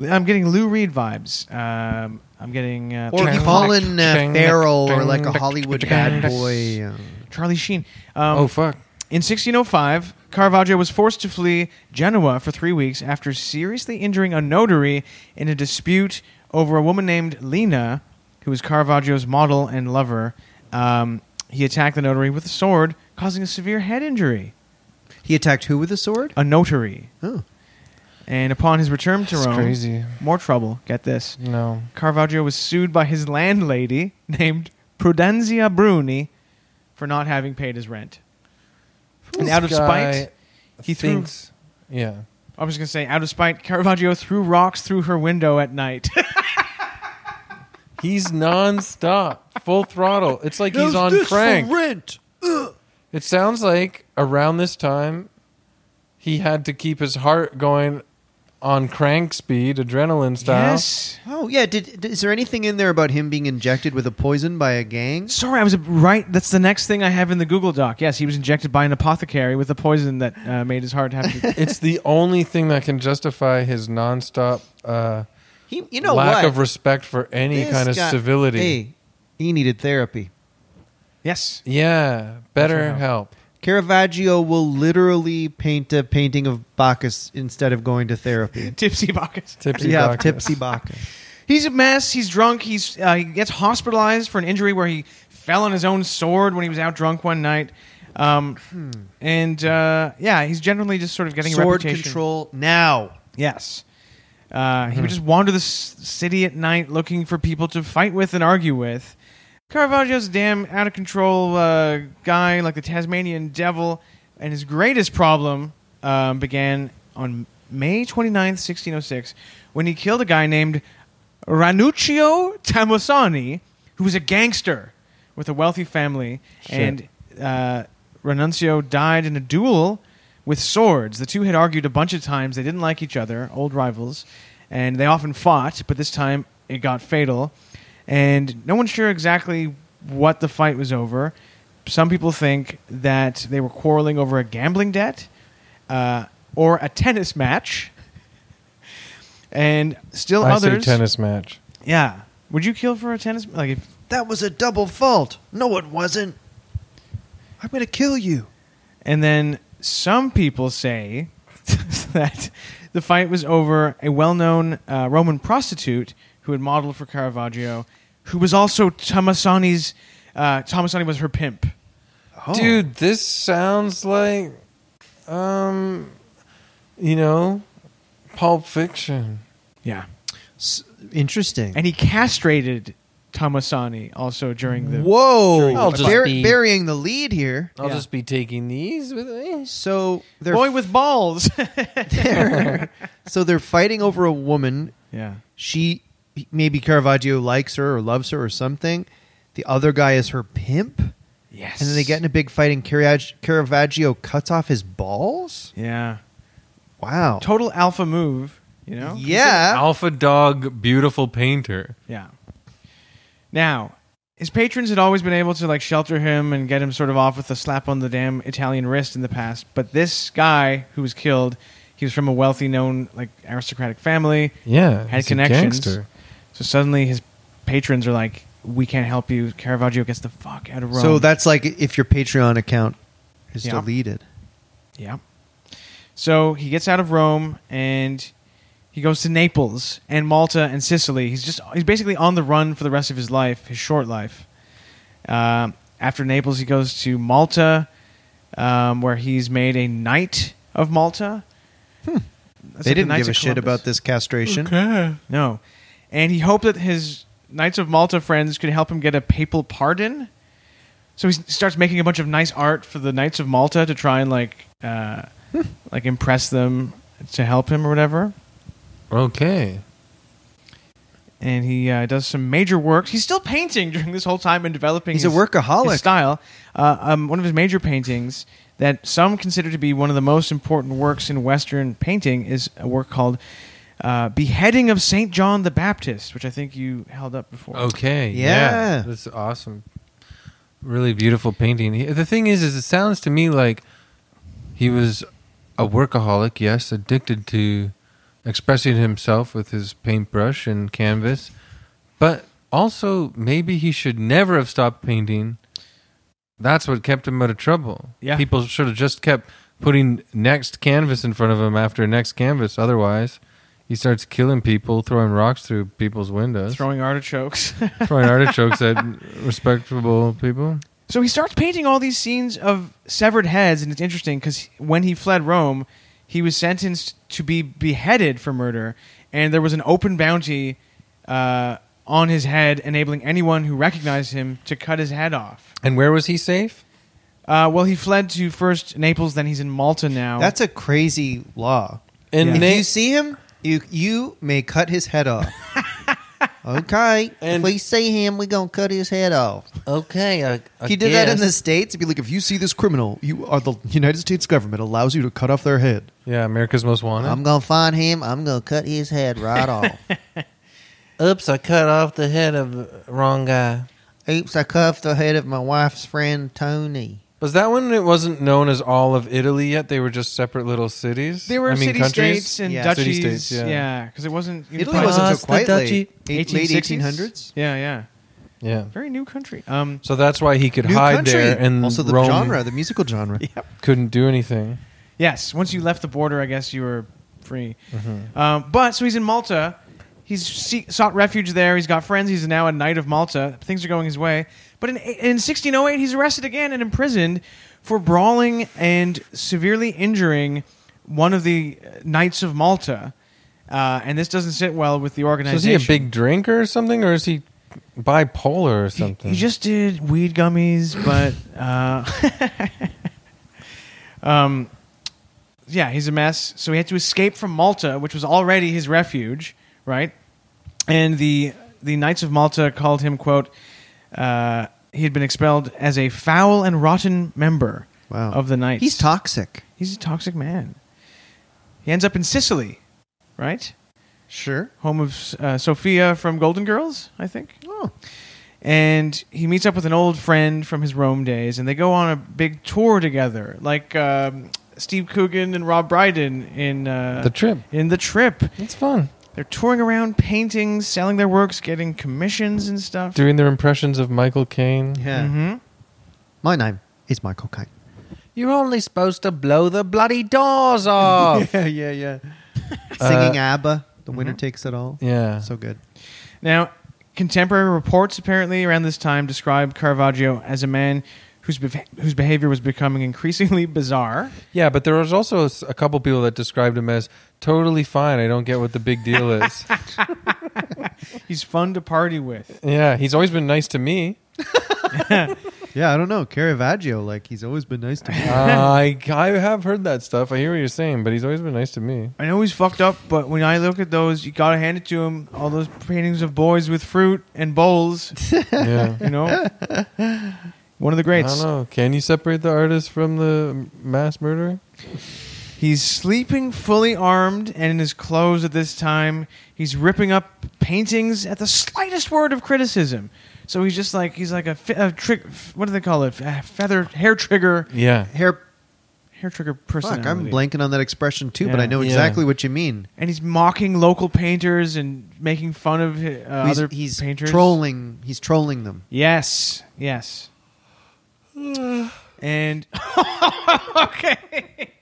C: I'm getting Lou Reed vibes. Um, I'm getting uh,
B: Or
A: Ding,
B: Colin
A: ding,
B: uh, Farrell or like
A: ding,
B: a Hollywood
A: ding,
B: bad
A: ding.
B: boy. uh,
C: Charlie Sheen. Um,
A: oh fuck.
C: In 1605, Caravaggio was forced to flee Genoa for three weeks after seriously injuring a notary in a dispute over a woman named Lena, who was Caravaggio's model and lover. Um, he attacked the notary with a sword, causing a severe head injury.
B: He attacked who with a sword?
C: A notary.
A: Uh,
B: Oh.
C: And upon his return to
A: That's
C: Rome,
A: crazy.
C: more trouble. Get this.
A: No.
C: Caravaggio was sued by his landlady named Prudenza Bruni for not having paid his rent. and
A: This
C: out of
A: guy
C: spite, he threw-
A: thinks. Yeah.
C: I was going to say, out of spite, Caravaggio threw rocks through her window at night.
A: He's nonstop, full throttle. It's like he's on crank.
B: rent.
A: It sounds like around this time, he had to keep his heart going on crank speed, adrenaline style.
C: yes.
B: Oh yeah. Did, did- is there anything in there about him being injected with a poison by a gang?
C: Sorry, I was right. That's the next thing I have in the Google Doc. Yes, he was injected by an apothecary with a poison that uh, made his heart have to.
A: It's the only thing that can justify his nonstop uh,
B: He, you know
A: lack
B: what?
A: of respect for any
B: This
A: kind of
B: guy-
A: civility.
B: Hey, he needed therapy.
C: yes.
A: Yeah, better
C: help.
A: help.
B: Caravaggio will literally paint a painting of Bacchus instead of going to therapy.
C: Tipsy Bacchus.
A: Tipsy
B: yeah,
A: Bacchus.
B: tipsy Bacchus.
C: He's a mess. He's drunk. He's uh, he gets hospitalized for an injury where he fell on his own sword when he was out drunk one night. Um, And uh, yeah, he's generally just sort of getting a
B: Hmm. Sword
C: reputation.
B: control now.
C: Yes. Uh, He would just wander the s- city at night looking for people to fight with and argue with. Caravaggio's a damn out of control uh, guy, like the Tasmanian devil, and his greatest problem um, began on May 29th, 1606, when he killed a guy named Ranuccio Tamosani, who was a gangster with a wealthy family, and uh, Ranuncio died in a duel with swords. The two had argued a bunch of times. They didn't like each other, old rivals, and they often fought, but this time it got fatal. And no one's sure exactly what the fight was over. Some people think that they were quarreling over a gambling debt uh, or a tennis match. And still
A: I
C: others.
A: say tennis match.
C: Yeah. Would you kill for a tennis? Like, if,
B: That was a double fault. No, it wasn't. I'm gonna kill you.
C: and then some people say that the fight was over a well-known uh, Roman prostitute who had modeled for Caravaggio, who was also Tomasani's. Uh, Tomasani was her pimp.
A: Dude, this sounds like, um, you know, Pulp Fiction.
C: Yeah.
B: S- interesting.
C: And he castrated Tomasani also during the.
B: Whoa,
A: I'll just
B: Bur-
A: be- Oh.
B: burying the lead here.
A: I'll
C: Yeah.
A: just be taking these with me.
B: So they're
C: Boy with balls.
B: they're- so they're fighting over a woman.
C: yeah.
B: She maybe Caravaggio likes her or loves her or something. The other guy is her pimp, and
C: Yes.
B: then they get in a big fight, and Caravag- Caravaggio cuts off his balls.
C: Yeah.
B: Wow.
C: Total alpha move. You know.
B: Yeah.
A: Alpha Dog, beautiful painter.
C: Yeah. Now, his patrons had always been able to like shelter him and get him sort of off with a slap on the damn Italian wrist in the past, but this guy who was killed, he was from a wealthy, known like aristocratic family,
A: Yeah,
C: had connections. So suddenly his patrons are like, "We can't help you." Caravaggio gets the fuck out of Rome.
B: So that's like if your Patreon account is
C: Yeah.
B: deleted.
C: Yeah. So he gets out of Rome and he goes to Naples and Malta and Sicily. He's just he's basically on the run for the rest of his life, his short life. Um, after Naples, he goes to Malta, um, where he's made a knight of Malta. That's
B: Hmm. they
C: like the
B: didn't
C: Knights
B: give a
C: of
B: shit
C: Columbus.
B: about this castration.
C: No. And he hoped that his Knights of Malta friends could help him get a papal pardon. So he s- starts making a bunch of nice art for the Knights of Malta to try and like uh, like impress them to help him or whatever.
A: Okay.
C: And he uh, does some major works. He's still painting during this whole time and developing.
B: He's a
C: his,
B: workaholic.
C: his style. Uh, um, one of his major paintings that some consider to be one of the most important works in Western painting is a work called uh, "Beheading of Saint John the Baptist," which I think you held up before.
A: Okay.
B: Yeah.
A: That's awesome. Really beautiful painting. He- The thing is, is it sounds to me like he was a workaholic. Yes, addicted to expressing himself with his paintbrush and canvas, but also maybe he should never have stopped painting. That's what kept him out of trouble.
C: Yeah.
A: People should have just kept putting next canvas in front of him after next canvas. Otherwise, he starts killing people, throwing rocks through people's windows.
C: throwing artichokes.
A: throwing artichokes at respectable people.
C: so he starts painting all these scenes of severed heads, and it's interesting because when he fled Rome, he was sentenced to be beheaded for murder, and there was an open bounty uh, on his head, enabling anyone who recognized him to cut his head off.
A: And where was he safe?
C: Uh, well, he fled to first Naples, then he's in Malta now.
B: That's a crazy law.
A: And
C: Yeah.
B: If
A: Na-
B: you see him, you you may cut his head off. okay.
A: And-
B: if we see him, we gonna cut his head off.
D: Okay, I, I
B: he did that in
D: guess.
B: the states. It'd be like, if you see this criminal, you are the United States government allows you to cut off their head.
A: yeah, America's Most Wanted.
D: I'm gonna find him. I'm gonna cut his head right off. Oops, I cut off the head of wrong guy. Oops, I cuffed the head of my wife's friend Tony.
A: was that when it wasn't known as all of Italy yet? They were just separate little cities.
C: There were
A: I mean,
C: city
A: countries?
C: states and
B: Yeah.
C: duchies.
A: City-states, yeah.
C: yeah, because it wasn't. you
B: Italy
C: probably-
B: wasn't
D: us the
B: until quite late,
D: duchy.
B: eight, late
C: 1860s?
B: 1800s.
C: Yeah, yeah.
A: Yeah.
C: Very new country. Um,
A: So that's why he could
B: New
A: hide
B: country.
A: there, and
B: also the
A: Rome
B: genre, the musical genre.
A: couldn't do anything.
C: yes, once you left the border, I guess you were free.
A: Mm-hmm.
C: Um, but so he's in Malta. He's se- sought refuge there. He's got friends. He's now a knight of Malta. Things are going his way. But in, in 1608, he's arrested again and imprisoned for brawling and severely injuring one of the uh, knights of Malta. Uh, and this doesn't sit well with the
A: So is
C: organization.
A: he a big drinker or something, or is he bipolar or
C: He-
A: something?
C: He, just did weed gummies, but uh, um, yeah, he's a mess. So he had to escape from Malta, which was already his refuge, right? And the the Knights of Malta called him quote. Uh, he had been expelled as a foul and rotten member
B: Wow.
C: of the Knights.
B: He's toxic.
C: He's a toxic man. He ends up in Sicily, right?
B: Sure.
C: Home of uh, Sophia from Golden Girls, I think
B: Oh.
C: and he meets up with an old friend from his Rome days, and they go on a big tour together, like um, Steve Coogan and Rob Brydon in uh,
A: the trip.
C: in the trip.
A: It's fun
C: They're touring around, painting, selling their works, getting commissions and stuff.
A: doing their impressions of Michael Caine.
B: Yeah.
C: hmm
B: My name is Michael Caine.
D: You're only supposed to blow the bloody doors off.
B: yeah, yeah, yeah.
A: Uh,
B: Singing ABBA, The Winner Takes It All.
A: Yeah.
B: So good.
C: Now, contemporary reports apparently around this time describe Caravaggio as a man whose beh whose behavior was becoming increasingly bizarre.
A: Yeah, but there was also s- a couple people that described him as totally fine. I don't get what the big deal is.
C: He's fun to party with.
A: yeah, he's always been nice to me.
B: Yeah, I don't know. Caravaggio, like, he's always been nice to me.
A: Uh, I, I have heard that stuff. I hear what you're saying, but he's always been nice to me.
C: I know he's fucked up, but when I look at those, you gotta hand it to him. All those paintings of boys with fruit and bowls,
A: Yeah.
C: you know. One of the
A: I
C: greats.
A: don't know. Can you separate the artist from the mass murderer?
C: He's sleeping fully armed and in his clothes at this time. He's ripping up paintings at the slightest word of criticism. So he's just like he's like a, fi- a trick. What do they call it? A feather hair trigger.
A: Yeah.
B: Hair.
C: Hair trigger
B: Fuck,
C: personality.
B: I'm blanking on that expression too, but
C: Yeah.
B: I know
A: Yeah.
B: exactly what you mean.
C: And he's mocking local painters and making fun of uh,
B: he's
C: other
B: he's
C: painters.
B: trolling. He's trolling them.
C: Yes, yes. and okay,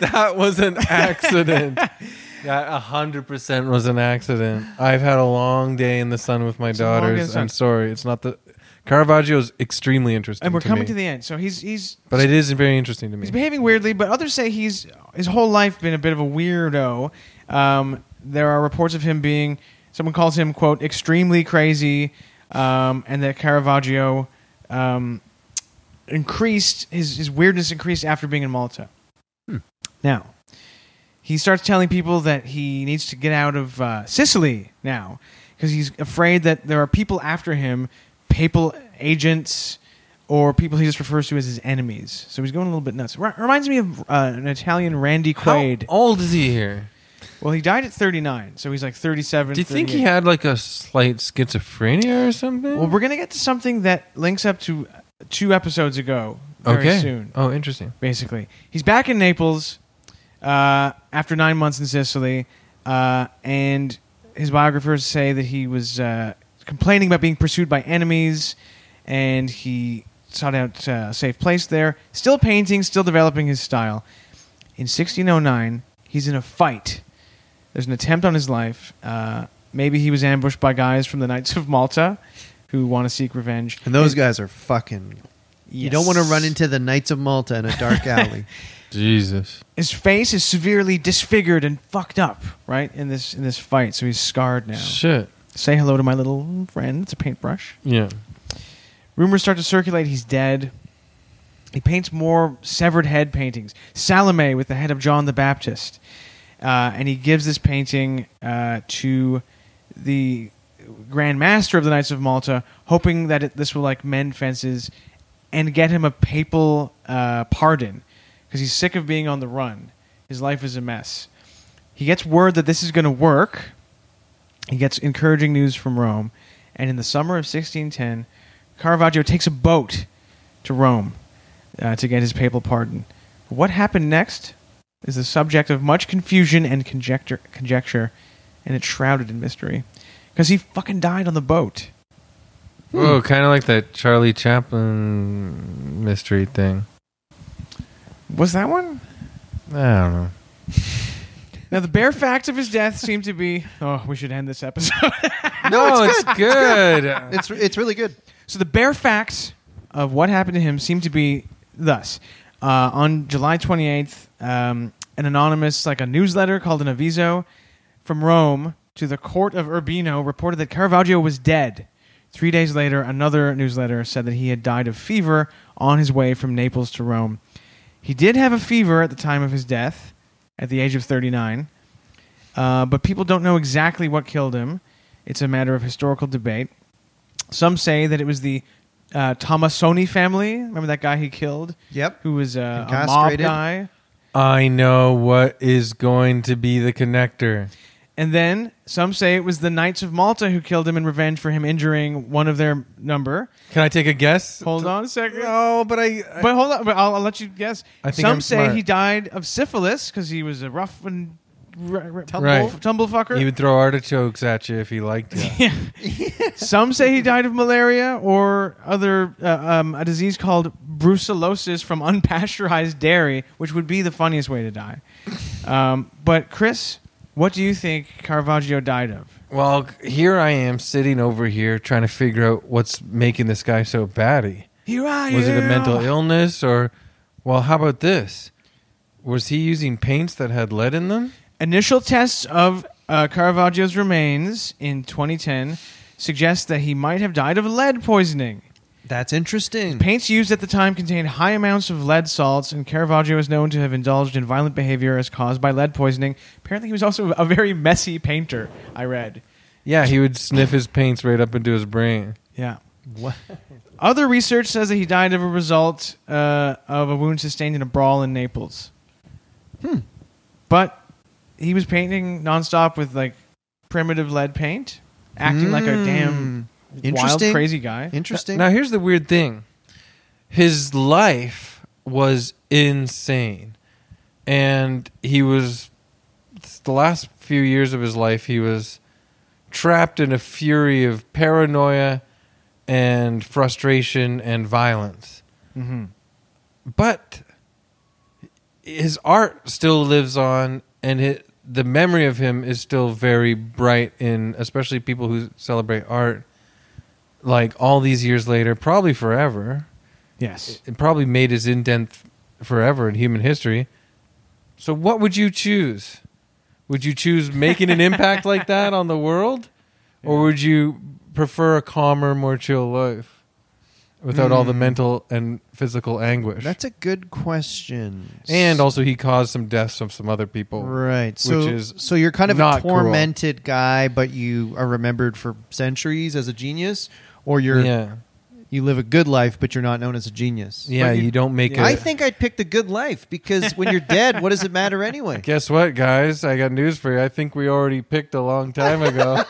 A: That was an accident. that hundred percent was an accident. I've had a long day in the sun with my
C: a long day in the
A: daughters.
C: sun.
A: I'm sorry. It's not the Caravaggio's extremely interesting.
C: and we're
A: to
C: coming
A: me.
C: to the end. So he's he's
A: But it is very interesting to me.
C: he's behaving weirdly, but others say he's his whole life been a bit of a weirdo. Um, there are reports of him being someone calls him quote extremely crazy, um, and that Caravaggio um, increased his his weirdness increased after being in Malta. Now. He starts telling people that he needs to get out of uh, Sicily now because he's afraid that there are people after him, papal agents, or people he just refers to as his enemies. So he's going a little bit nuts. R- reminds me of uh, an Italian Randy
A: How
C: Quaid.
A: old is he here?
C: Well, he died at 39, so he's like 37.
A: Do you think
C: 38.
A: he had like a slight schizophrenia or something?
C: Well, we're going to get to something that links up to uh, two episodes ago very
A: okay.
C: soon,
A: Oh, interesting.
C: basically. He's back in Naples uh, after nine months in Sicily, uh, and his biographers say that he was uh, complaining about being pursued by enemies, and he sought out uh, a safe place there, still painting, still developing his style. In 1609, he's in a fight. There's an attempt on his life. Uh, maybe he was ambushed by guys from the Knights of Malta who want to seek revenge.
B: And those guys are fucking. You don't want to
C: Yes.
B: run into the Knights of Malta in a dark alley.
A: Jesus.
C: his face is severely disfigured and fucked up, right? In this in this fight, so he's scarred now.
A: Shit.
C: Say hello to my little friend. It's a paintbrush.
A: Yeah.
C: Rumors start to circulate he's dead. He paints more severed head paintings. Salome with the head of John the Baptist. Uh, and he gives this painting uh, to the Grand Master of the Knights of Malta, hoping that it, this will like mend fences and get him a papal uh, pardon because he's sick of being on the run. His life is a mess. He gets word that this is going to work. He gets encouraging news from Rome, and in the summer of 1610, Caravaggio takes a boat to Rome uh, to get his papal pardon. What happened next is the subject of much confusion and conjecture, conjecture and it's shrouded in mystery because he fucking died on the boat. Hmm.
A: Oh, kind of like that Charlie Chaplin mystery thing.
C: Was that one?
A: I don't know.
C: Now the bare facts of his death seem to be. Oh, we should end this episode.
A: No, it's, good.
B: It's it's really good.
C: So the bare facts of what happened to him seem to be thus: uh, on July 28th, um, an anonymous, like a newsletter called an aviso from Rome to the court of Urbino, reported that Caravaggio was dead. Three days later, another newsletter said that he had died of fever on his way from Naples to Rome. He did have a fever at the time of his death, at the age of 39. Uh, but people don't know exactly what killed him. It's a matter of historical debate. Some say that it was the uh, Tomasoni family. Remember that guy he killed?
B: Yep.
C: Who was uh, a mob
B: Incarcerated.
C: guy.
A: I know what is going to be the connector.
C: And then some say it was the Knights of Malta who killed him in revenge for him injuring one of their number.
A: Can I take a guess?
C: Hold on a second.
A: No, but I. I
C: But hold on, but I'll, I'll let you guess.
A: I think
C: some
A: I'm
C: say
A: smart.
C: he died of syphilis because he was a rough and r- r- tumble,
A: Right.
C: tumble fucker.
A: he would throw artichokes at you if he liked you.
C: Yeah. Some say he died of malaria or other uh, um, a disease called brucellosis from unpasteurized dairy, which would be the funniest way to die. Um, but Chris, what do you think Caravaggio died of?
A: Well, here I am sitting over here trying to figure out what's making this guy so batty.
C: Here I
A: Was it a mental illness or, well, how about this? Was he using paints that had lead in them?
C: Initial tests of uh, Caravaggio's remains in 2010 suggest that he might have died of lead poisoning.
B: That's interesting.
C: Paints used at the time contained high amounts of lead salts, and Caravaggio is known to have indulged in violent behavior as caused by lead poisoning. Apparently, he was also a very messy painter, I read.
A: Yeah, he would sniff his paints right up into his brain.
C: Yeah. Other research says that he died of a result uh, of a wound sustained in a brawl in Naples. Hmm. But he was painting nonstop with like primitive lead paint, acting like a damn wild,
B: Interesting.
C: crazy guy.
B: Interesting.
A: Now, here's the weird thing his life was insane. And he was, the last few years of his life, he was trapped in a fury of paranoia and frustration and violence.
C: Mhm.
A: But his art still lives on, and it, the memory of him is still very bright in, especially people who celebrate art like all these years later, probably forever.
C: Yes.
A: It probably made his indent f- forever in human history. So, what would you choose? Would you choose making an impact like that on the world, or would you prefer a calmer, more chill life without all the mental and physical anguish?
B: Hmm. That's a good question.
A: and also, he caused some deaths of some other people.
B: right, so
A: which is
B: so you're kind of a
A: not cruel.
B: tormented guy, but you are remembered for centuries as a genius, or you're
A: Yeah,
B: you live a good life, but you're not known as a genius.
A: yeah.
C: But
A: You,
C: you-
A: don't make.
C: Yeah.
A: a-
B: I think I'd pick the good life because when you're dead, what does it matter anyway?
A: Guess what, guys? I got news for you. I think we already picked a long time ago.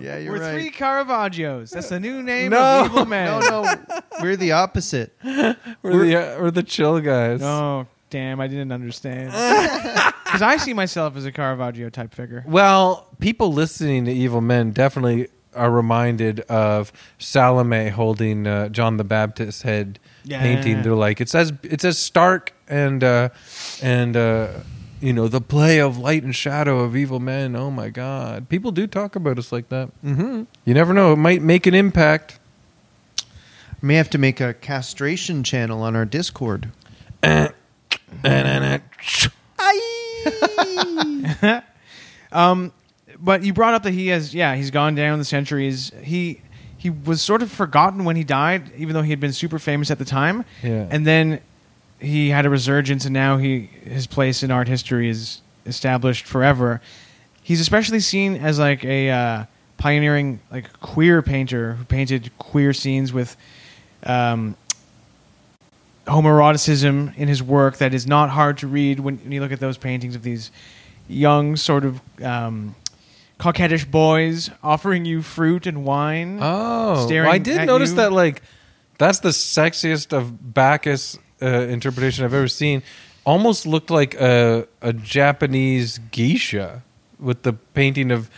B: Yeah,
C: We're three Caravaggios. That's the new name
A: No.
C: of evil man.
B: No, no, Oh, we're the opposite.
A: we're, the, we're the chill guys.
C: No, Oh, damn, I didn't understand. Because I see myself as a Caravaggio type figure.
A: Well, people listening to Evil Men definitely are reminded of Salome holding uh, John the Baptist head
C: Yeah.
A: painting. They're like, it's as it's as stark and uh, and uh, you know the play of light and shadow of evil men. Oh my God, people do talk about us like that.
B: Mm-hmm.
A: You never know; it might make an impact.
B: May have to make a castration channel on our Discord.
C: Um, but you brought up that he has, yeah, he's gone down the centuries. He he was sort of forgotten when he died, even though he had been super famous at the time.
A: Yeah.
C: And then he had a resurgence, and now he his place in art history is established forever. He's especially seen as like a uh, pioneering like queer painter who painted queer scenes with um, homoeroticism in his work that is not hard to read when, when you look at those paintings of these young sort of um, coquettish boys offering you fruit and wine.
A: Oh,
C: staring
A: I did
C: at
A: notice
C: you.
A: that. Like, that's the sexiest of Bacchus uh, interpretation I've ever seen. Almost looked like a a Japanese geisha with the painting of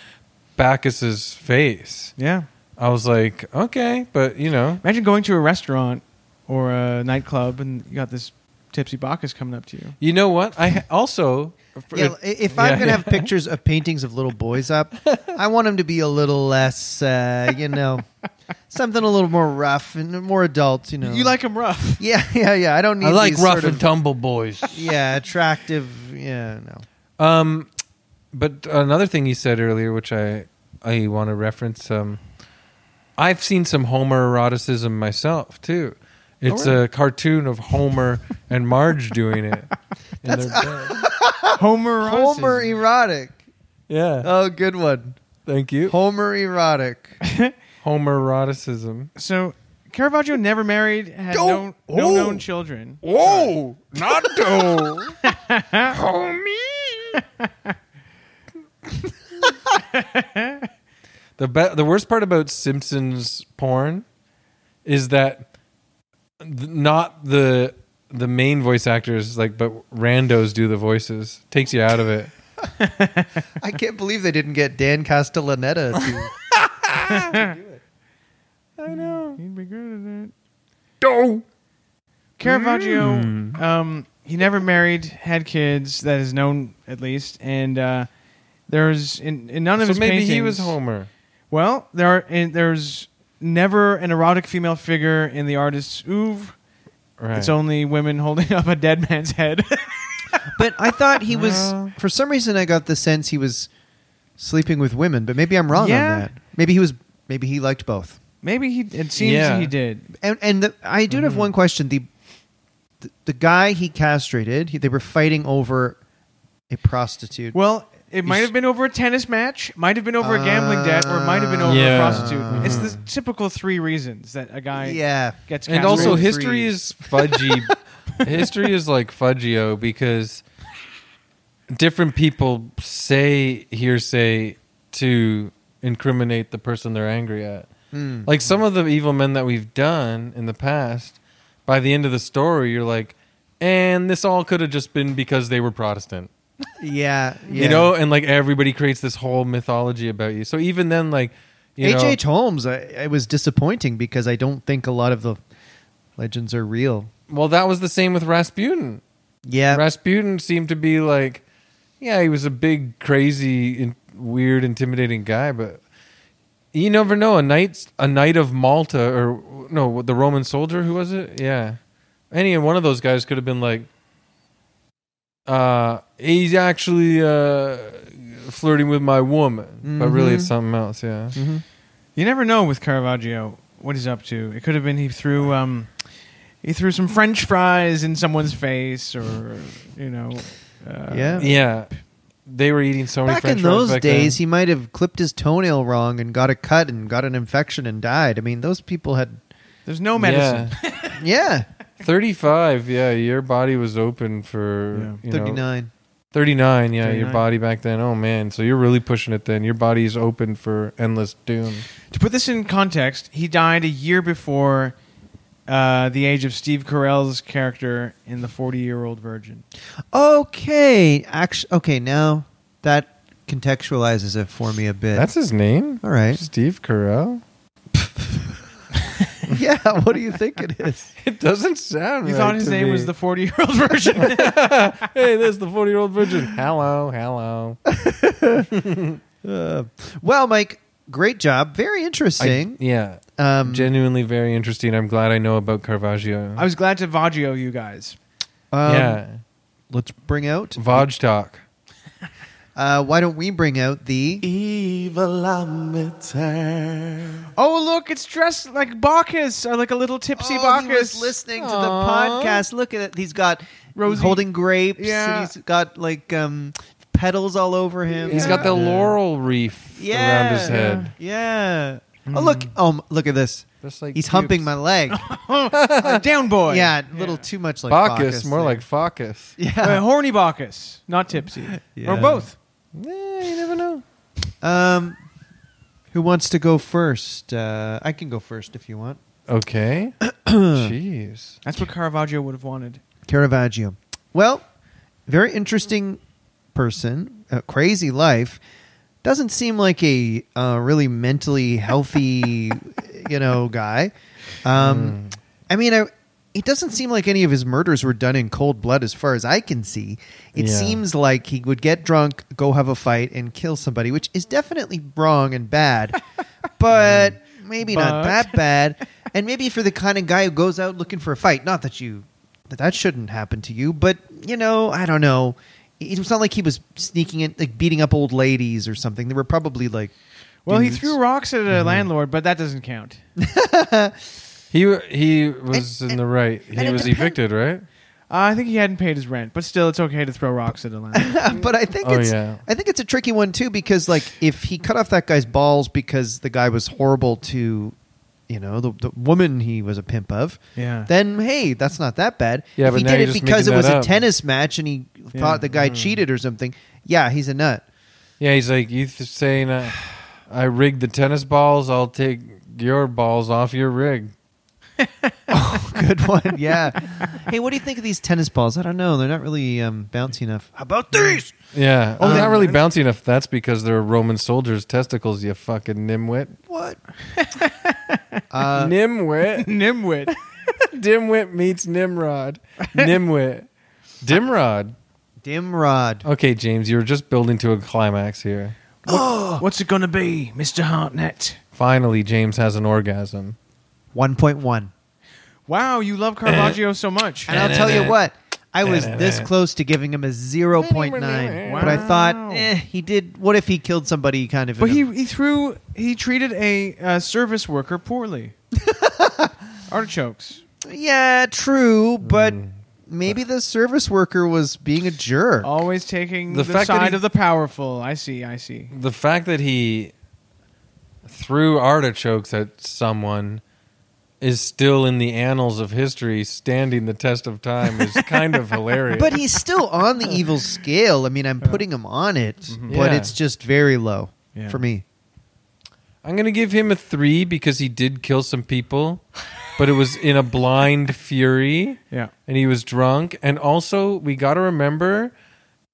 A: Bacchus's face.
C: Yeah.
A: I was like, okay, but you know,
C: Imagine going to a restaurant or a nightclub and you got this tipsy Bacchus coming up to you.
A: you know what? I ha- also
B: Yeah, i- if I'm
A: Yeah.
B: gonna have pictures of paintings of little boys up, I want them to be a little less, uh, you know, something a little more rough and more adult. You know,
C: You like him rough.
B: Yeah, yeah, yeah. I don't need.
A: I like
B: these
A: rough
B: sort
A: and
B: of-
A: tumble boys.
B: Yeah, attractive. Yeah, no.
A: Um, but another thing you said earlier, which I I want to reference, um, I've seen some Homer eroticism myself too. It's a cartoon of Homer and Marge doing it. in their bed.
C: Homer.
B: Homer erotic.
A: yeah.
B: Oh, good one.
A: Thank you.
B: Homer erotic.
A: Homer eroticism.
C: So Caravaggio never married, had no,
A: Don't-
C: no
A: Oh.
C: known children.
A: Whoa, not to homie. the be- the worst part about Simpsons porn is that th- not the the main voice actors like, but randos do the voices. Takes you out of it.
B: I can't believe they didn't get Dan Castellaneta. To,
C: I know. He'd be good at it.
A: Do
C: Caravaggio,
A: Hmm.
C: um, he never married, had kids that is known at least, and uh, there's in, in none of
A: so
C: his
A: maybe
C: paintings.
A: he was Homer.
C: Well, there are, in, there's never an erotic female figure in the artist's oeuvre.
A: Right.
C: It's only women holding up a dead man's head.
B: but I thought he was.
A: Well-
B: For some reason, I got the sense he was sleeping with women. But maybe I'm wrong
C: Yeah.
B: on that. Maybe he was. Maybe he liked both.
C: Maybe he. It seems
A: Yeah.
C: he did.
B: And and the, I do
A: Mm-hmm.
B: have one question. The, the the guy he castrated. He, they were fighting over a prostitute.
C: Well, it might have been over a tennis match, might have been over a gambling debt, or it might have been over
A: Yeah. Mm-hmm.
C: a prostitute. It's the typical three reasons that a guy
B: yeah.
C: gets
A: and also
C: castrated.
A: history is fudgy history is like fudgio because different people say hearsay to incriminate the person they're angry at
B: Hmm.
A: like some of the evil men that we've done in the past by the end of the story you're like and this all could have just been because they were protestant
B: Yeah. yeah.
A: you know and like everybody creates this whole mythology about you so even then like you
B: H.H.
A: know
B: H. Holmes, I, it was disappointing because I don't think a lot of the legends are real.
A: well that was the same with rasputin
B: Yeah.
A: Rasputin seemed to be like, yeah, he was a big, crazy, in, weird, intimidating guy, but you never know. A knight, a knight of Malta, or no, the Roman soldier, who was it? Yeah, any one of those guys could have been like, uh, he's actually uh, flirting with my woman, but really
B: Mm-hmm.
A: it's something else. Yeah,
C: You never know with Caravaggio what he's up to. It could have been he threw um, he threw some French fries in someone's face, or you know, uh,
B: Yeah.
A: yeah. They were eating so many
B: Back
A: French
B: in
A: fries
B: those
A: back then.
B: days, he might have clipped his toenail wrong and got a cut and got an infection and died. I mean, those people had.
C: There's no medicine.
A: Yeah.
B: Yeah.
A: 35, yeah, your body was open for
C: Yeah.
A: you know,
B: 39.
A: 39 yeah your
C: 39.
A: body back then oh man so you're really pushing it then your body's open for endless doom
C: To put this in context, he died a year before uh, the age of Steve Carell's character in The Forty Year Old Virgin.
B: Okay. Actually, okay, now that contextualizes it for me a bit.
A: that's his name
B: All right.
A: steve carell
B: yeah. What do you think it is?
A: it doesn't sound
C: You
A: right
C: thought his
A: to
C: name
A: me.
C: was the Forty Year Old Virgin.
A: hey there's the 40 year old virgin hello hello
B: Uh, well, Mike, great job. Very
A: I-
B: interesting.
A: yeah
B: um,
A: genuinely very interesting i'm glad i know about caravaggio
C: I was glad to Vaggio you guys.
B: um,
A: yeah
B: Let's bring out
A: vodge talk
B: uh, why don't we bring out the
E: Evilometer.
C: Oh, look, it's dressed like Bacchus, or like a little tipsy Bacchus.
B: Oh, listening
D: to the Aw. podcast.
B: Look at it. He's got
C: Rosie.
B: holding grapes.
C: Yeah.
B: And he's got like um, petals all over him.
A: He's got the laurel wreath
B: yeah.
A: around his head.
B: Yeah. Oh look! Oh, m- look at this.
A: Just like
B: He's
A: Hmm. pubes. Oh,
B: humping my leg.
C: Uh, down boy.
B: yeah, a little too much like
A: Bacchus, more
B: there.
A: like Focus.
C: Uh,
B: yeah.
C: horny Bacchus, not tipsy. Or
B: Yeah.
C: both.
A: Yeah, you never know.
B: Um, who wants to go first? Uh, I can go first if you want.
A: Okay. Jeez.
C: That's what Caravaggio would have wanted.
B: Caravaggio. Well, very interesting person, a crazy life. Doesn't seem like a uh, really mentally healthy, you know, guy. Um, I mean, I, it doesn't seem like any of his murders were done in cold blood, as far as I can see. It
A: Yeah.
B: seems like he would get drunk, go have a fight, and kill somebody, which is definitely wrong and bad, but maybe not
C: But-
B: that bad. And maybe for the kind of guy who goes out looking for a fight. Not that you that that shouldn't happen to you, but you know, I don't know. It was not like he was sneaking in, like beating up old ladies or something. They were probably like,
C: Well,
B: dudes. Mm-hmm.
C: he threw rocks at a landlord, but that doesn't count.
A: He he was
B: And-
A: in the right.
B: and
A: He
B: it
A: was
B: depend-
A: evicted, right?
C: Uh, I think he hadn't paid his rent, but still, it's okay to throw rocks at a landlord.
B: but I think
A: Oh,
B: it's
A: yeah.
B: I think it's a tricky one too because like if he cut off that guy's balls because the guy was horrible to, you know, the, the woman he was a pimp of,
C: yeah.
B: then hey, that's not that bad.
A: Yeah,
B: if
A: but
B: he
A: now
B: did
A: you're
B: it
A: just
B: because it
A: making
B: was
A: that
B: a
A: up. Mm.
B: tennis match and he
C: Yeah.
B: thought the guy cheated or something, yeah, he's a nut.
A: Yeah, he's like you th- saying, uh, "I rigged the tennis balls. I'll take your balls off your rig."
B: Good one. Yeah. hey, what do you think of these tennis balls? I don't know. They're not really um, bouncy enough. How about these?
A: Yeah. Oh,
B: Um,
A: they're not really bouncy enough. That's because they're Roman soldiers' testicles. You fucking nimwit.
B: What? uh,
A: nimwit.
C: Nimwit.
A: Dimwit meets Nimrod. Nimwit. Dimrod.
B: Dimrod.
A: Okay, James, you were just building to a climax here.
B: Oh.
C: What's it going to be, Mr. Hartnett?
A: Finally, James has an orgasm.
B: 1.1.
C: Wow, you love Caravaggio so much.
B: Eh. And I'll tell you what, I was this close to giving him a 0.9. But I
C: Wow.
B: thought, eh, he did. What if he killed somebody kind of.
C: But
B: in
C: he,
B: a-
C: he threw, he treated a uh, service worker poorly. Artichokes.
B: yeah, true. But
C: Mm.
B: maybe the service worker was being a jerk.
C: Always taking the,
A: The fact that
C: side
A: he-
C: of the powerful. I see, I see.
A: The fact that he threw artichokes at someone is still in the annals of history, standing the test of time, is kind of hilarious.
B: But he's still on the evil scale. I mean, I'm putting him on it, but
A: Yeah.
B: it's just very low
C: Mm-hmm. Yeah.
B: for me.
A: I'm gonna give him a three because he did kill some people, but it was in a blind fury.
C: Yeah.
A: and he was drunk. And also, we got to remember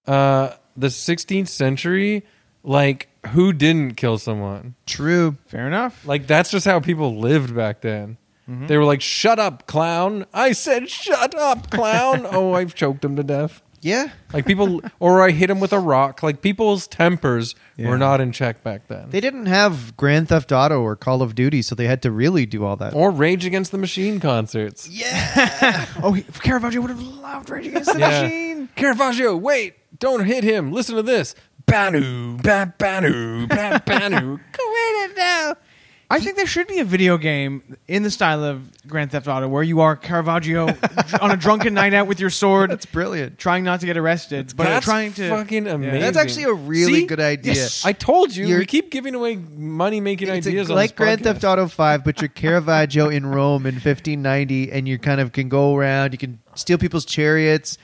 A: uh, the 16th century. Like, who didn't kill someone?
B: True.
C: Fair enough.
A: Like, that's just how people lived back then. They were like, "Shut up, clown!" I said, "Shut up, clown!" oh, I've choked him to death.
B: Yeah.
A: Like people, or I hit him with a rock. Like people's tempers
C: Yeah.
A: were not in check back then.
B: They didn't have Grand Theft Auto or Call of Duty, so they had to really do all that.
A: or Rage Against the Machine concerts.
C: Oh, he, Caravaggio would have loved Rage Against the
A: Yeah.
C: Machine.
A: Caravaggio, wait! Don't hit him. Listen to this. Banu, ba banu, ba banu. Quit it now.
C: I think there should be a video game in the style of Grand Theft Auto where you are Caravaggio dr- on a drunken night out with your sword,
B: That's brilliant.
C: trying not to get arrested, but
A: That's
C: trying to
A: fucking amazing.
B: That's actually a really
A: See?
B: good idea.
C: Yes.
A: I told you,
B: You're-
A: we keep giving away money making
B: It's
A: ideas
B: a,
A: on
B: like
A: this
B: Grand
A: podcast.
B: Theft Auto 5, but you're Caravaggio in Rome in 1590, and you kind of can go around. You can steal people's chariots,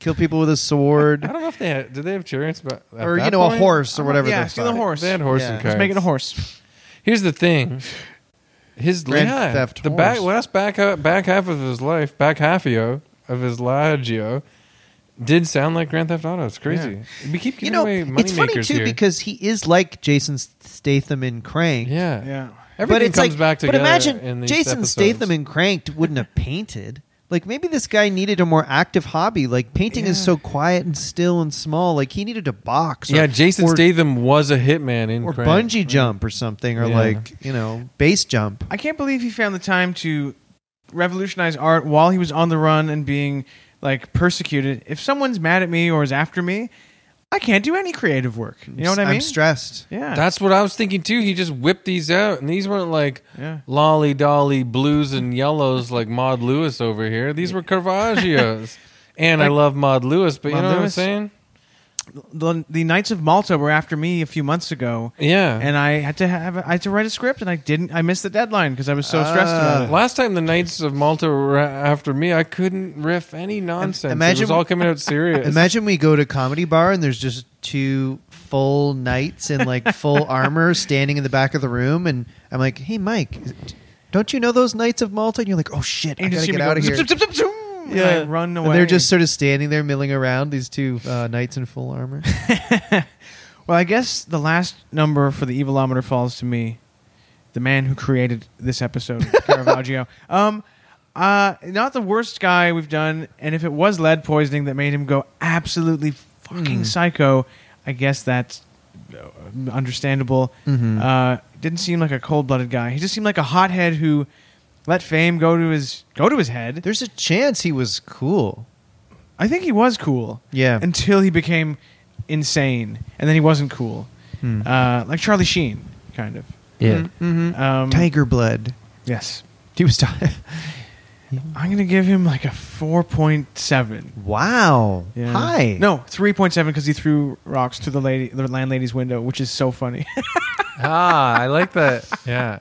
B: kill people with a
A: I
B: sword,
A: don't know if they had, did they have chariots, but at
B: or,
A: that
B: you know, a
A: point?
B: horse or whatever.
C: Yeah,
B: they
C: steal a
B: fought.
C: horse.
A: They had horse
B: Yeah.
A: and
B: Let's
A: carts.
C: Let's make it a horse.
A: Here's the thing. His
B: Grand
A: yeah,
B: Theft
A: the back
B: Horse.
A: last back back half of his life, back halfio of his lagio, did sound like Grand Theft Auto. It's crazy. We keep giving
B: You know,
A: away money
B: it's funny
A: makers
B: too
A: here.
B: because he is like Jason Statham in Crank.
A: yeah,
C: Yeah.
A: everything
B: but it's
A: comes
B: like,
A: back together.
B: But imagine
A: in these
B: Jason
A: episodes.
B: Statham and Cranked wouldn't have painted. Like maybe this guy needed a more active hobby. Like painting is
C: Yeah.
B: so quiet and still and small. Like he needed a box. Or,
A: yeah, Jason
B: or,
A: Statham was a hitman in
B: or
A: Crank.
B: bungee jump or something, or
A: Yeah.
B: like you know base jump.
C: I can't believe he found the time to revolutionize art while he was on the run and being like persecuted. If someone's mad at me or is after me, I can't do any creative work. You know what I mean?
B: I'm stressed.
C: yeah.
A: That's what I was thinking too. He just whipped these out, and these weren't like
C: Yeah.
A: lolly dolly blues and yellows like Maud Lewis over here. These were Caravagios. and I love Maud Lewis, but you
C: Maude
A: know what I'm
C: Lewis?
A: saying?
C: the, the Knights of Malta were after me a few months ago,
A: Yeah.
C: and I had to have I had to write a script, and I didn't. I missed the deadline because I was so stressed about
B: Ah.
C: it.
A: Last time the Knights of Malta were a- after me, I couldn't riff any nonsense.
B: imagine-
A: it was all coming out serious.
B: Imagine we go to comedy bar and there's just two full knights in like full armor standing in the back of the room, and I'm like, "Hey, Mike, is- don't you know those knights of Malta?" And you're like, "Oh shit, I
C: And you
B: gotta
C: just see
B: get
C: me
B: out
C: go,
B: of here."
C: Zoom, zoom, zoom, zoom, and I
B: Yeah.
C: run away.
B: And they're just sort of standing there, milling around. These two uh, knights in full armor.
C: well. I guess the last number for the Evilometer falls to me, the man who created this episode, Caravaggio. um, uh, not the worst guy we've done, and if it was lead poisoning that made him go absolutely fucking psycho, I guess that's uh, understandable. Uh, didn't seem like a cold-blooded guy. He just seemed like a hothead who let fame go to his go to his head.
B: There's a chance he was cool.
C: I think he was cool.
B: Yeah.
C: Until he became insane, and then he wasn't cool.
B: Hmm.
C: Uh, like Charlie Sheen, kind of.
A: yeah.
C: Um,
B: Mm-hmm. Tiger blood.
C: Yes.
B: He was. Ti-
C: I'm gonna give him like a four point seven.
B: wow. Hi.
C: No, three point seven because he threw rocks to the lady, the landlady's window, which is so funny.
A: ah, I like that. Yeah.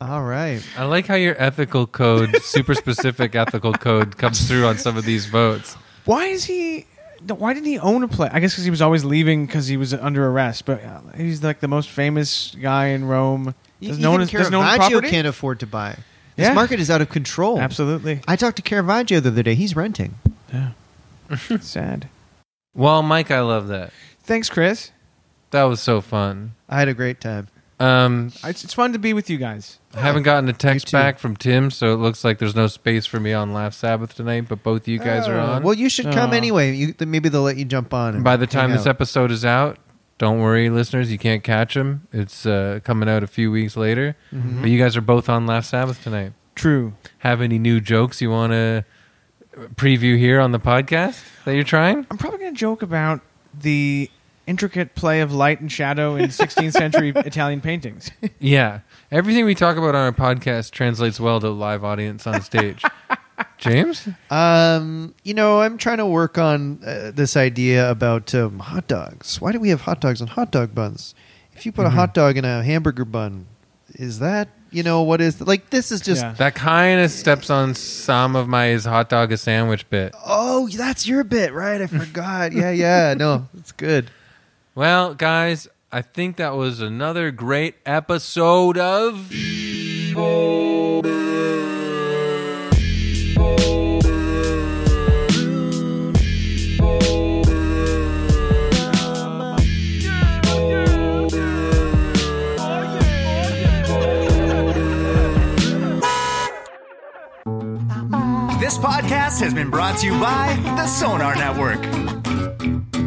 B: All right.
A: I like how your ethical code, super specific ethical code, comes through on some of these votes.
C: why is he? Why didn't he own a place? I guess because he was always leaving because he was under arrest. But uh, he's like the most famous guy in Rome. Does no one
B: Even
C: does no one
B: Caravaggio
C: property?
B: can't afford to buy. This
C: Yeah.
B: market is out of control.
C: Absolutely.
B: I talked to Caravaggio the other day. He's renting.
C: Sad.
A: Well, Mike, I love that.
C: Thanks, Chris.
A: That was so fun.
B: I had a great time.
A: Um,
C: It's, it's fun to be with you guys.
A: I haven't gotten a text
B: too.
A: back from Tim, so it looks like there's no space for me on Last Sabbath tonight. But both you guys are on.
B: Oh, Well, you should come
C: Aw.
B: anyway. You, th- maybe they'll let you jump on. and
A: By the time
B: hang
A: this
B: out.
A: episode is out, don't worry, listeners, you can't catch him. It's uh, coming out a few weeks later.
B: Mm-hmm.
A: But you guys are both on Last Sabbath tonight.
C: True.
A: Have any new jokes you want to preview here on the podcast that you're trying?
C: I'm probably going to joke about the intricate play of light and shadow in 16th century Italian paintings.
A: Yeah. Everything we talk about on our podcast translates well to a live audience on stage. James?
B: um, you know, I'm trying to work on uh, this idea about um, hot dogs. Why do we have hot dogs on hot dog buns? If you put a hot dog in a hamburger bun, is that you know what is like? This is just
C: Yeah.
A: That kind of steps on some of my is hot dog a sandwich bit.
B: oh, that's your bit, right? I forgot. yeah, yeah. No, it's good.
A: Well, guys, I think that was another great episode of.
F: This podcast has been brought to you by the Sonar Network.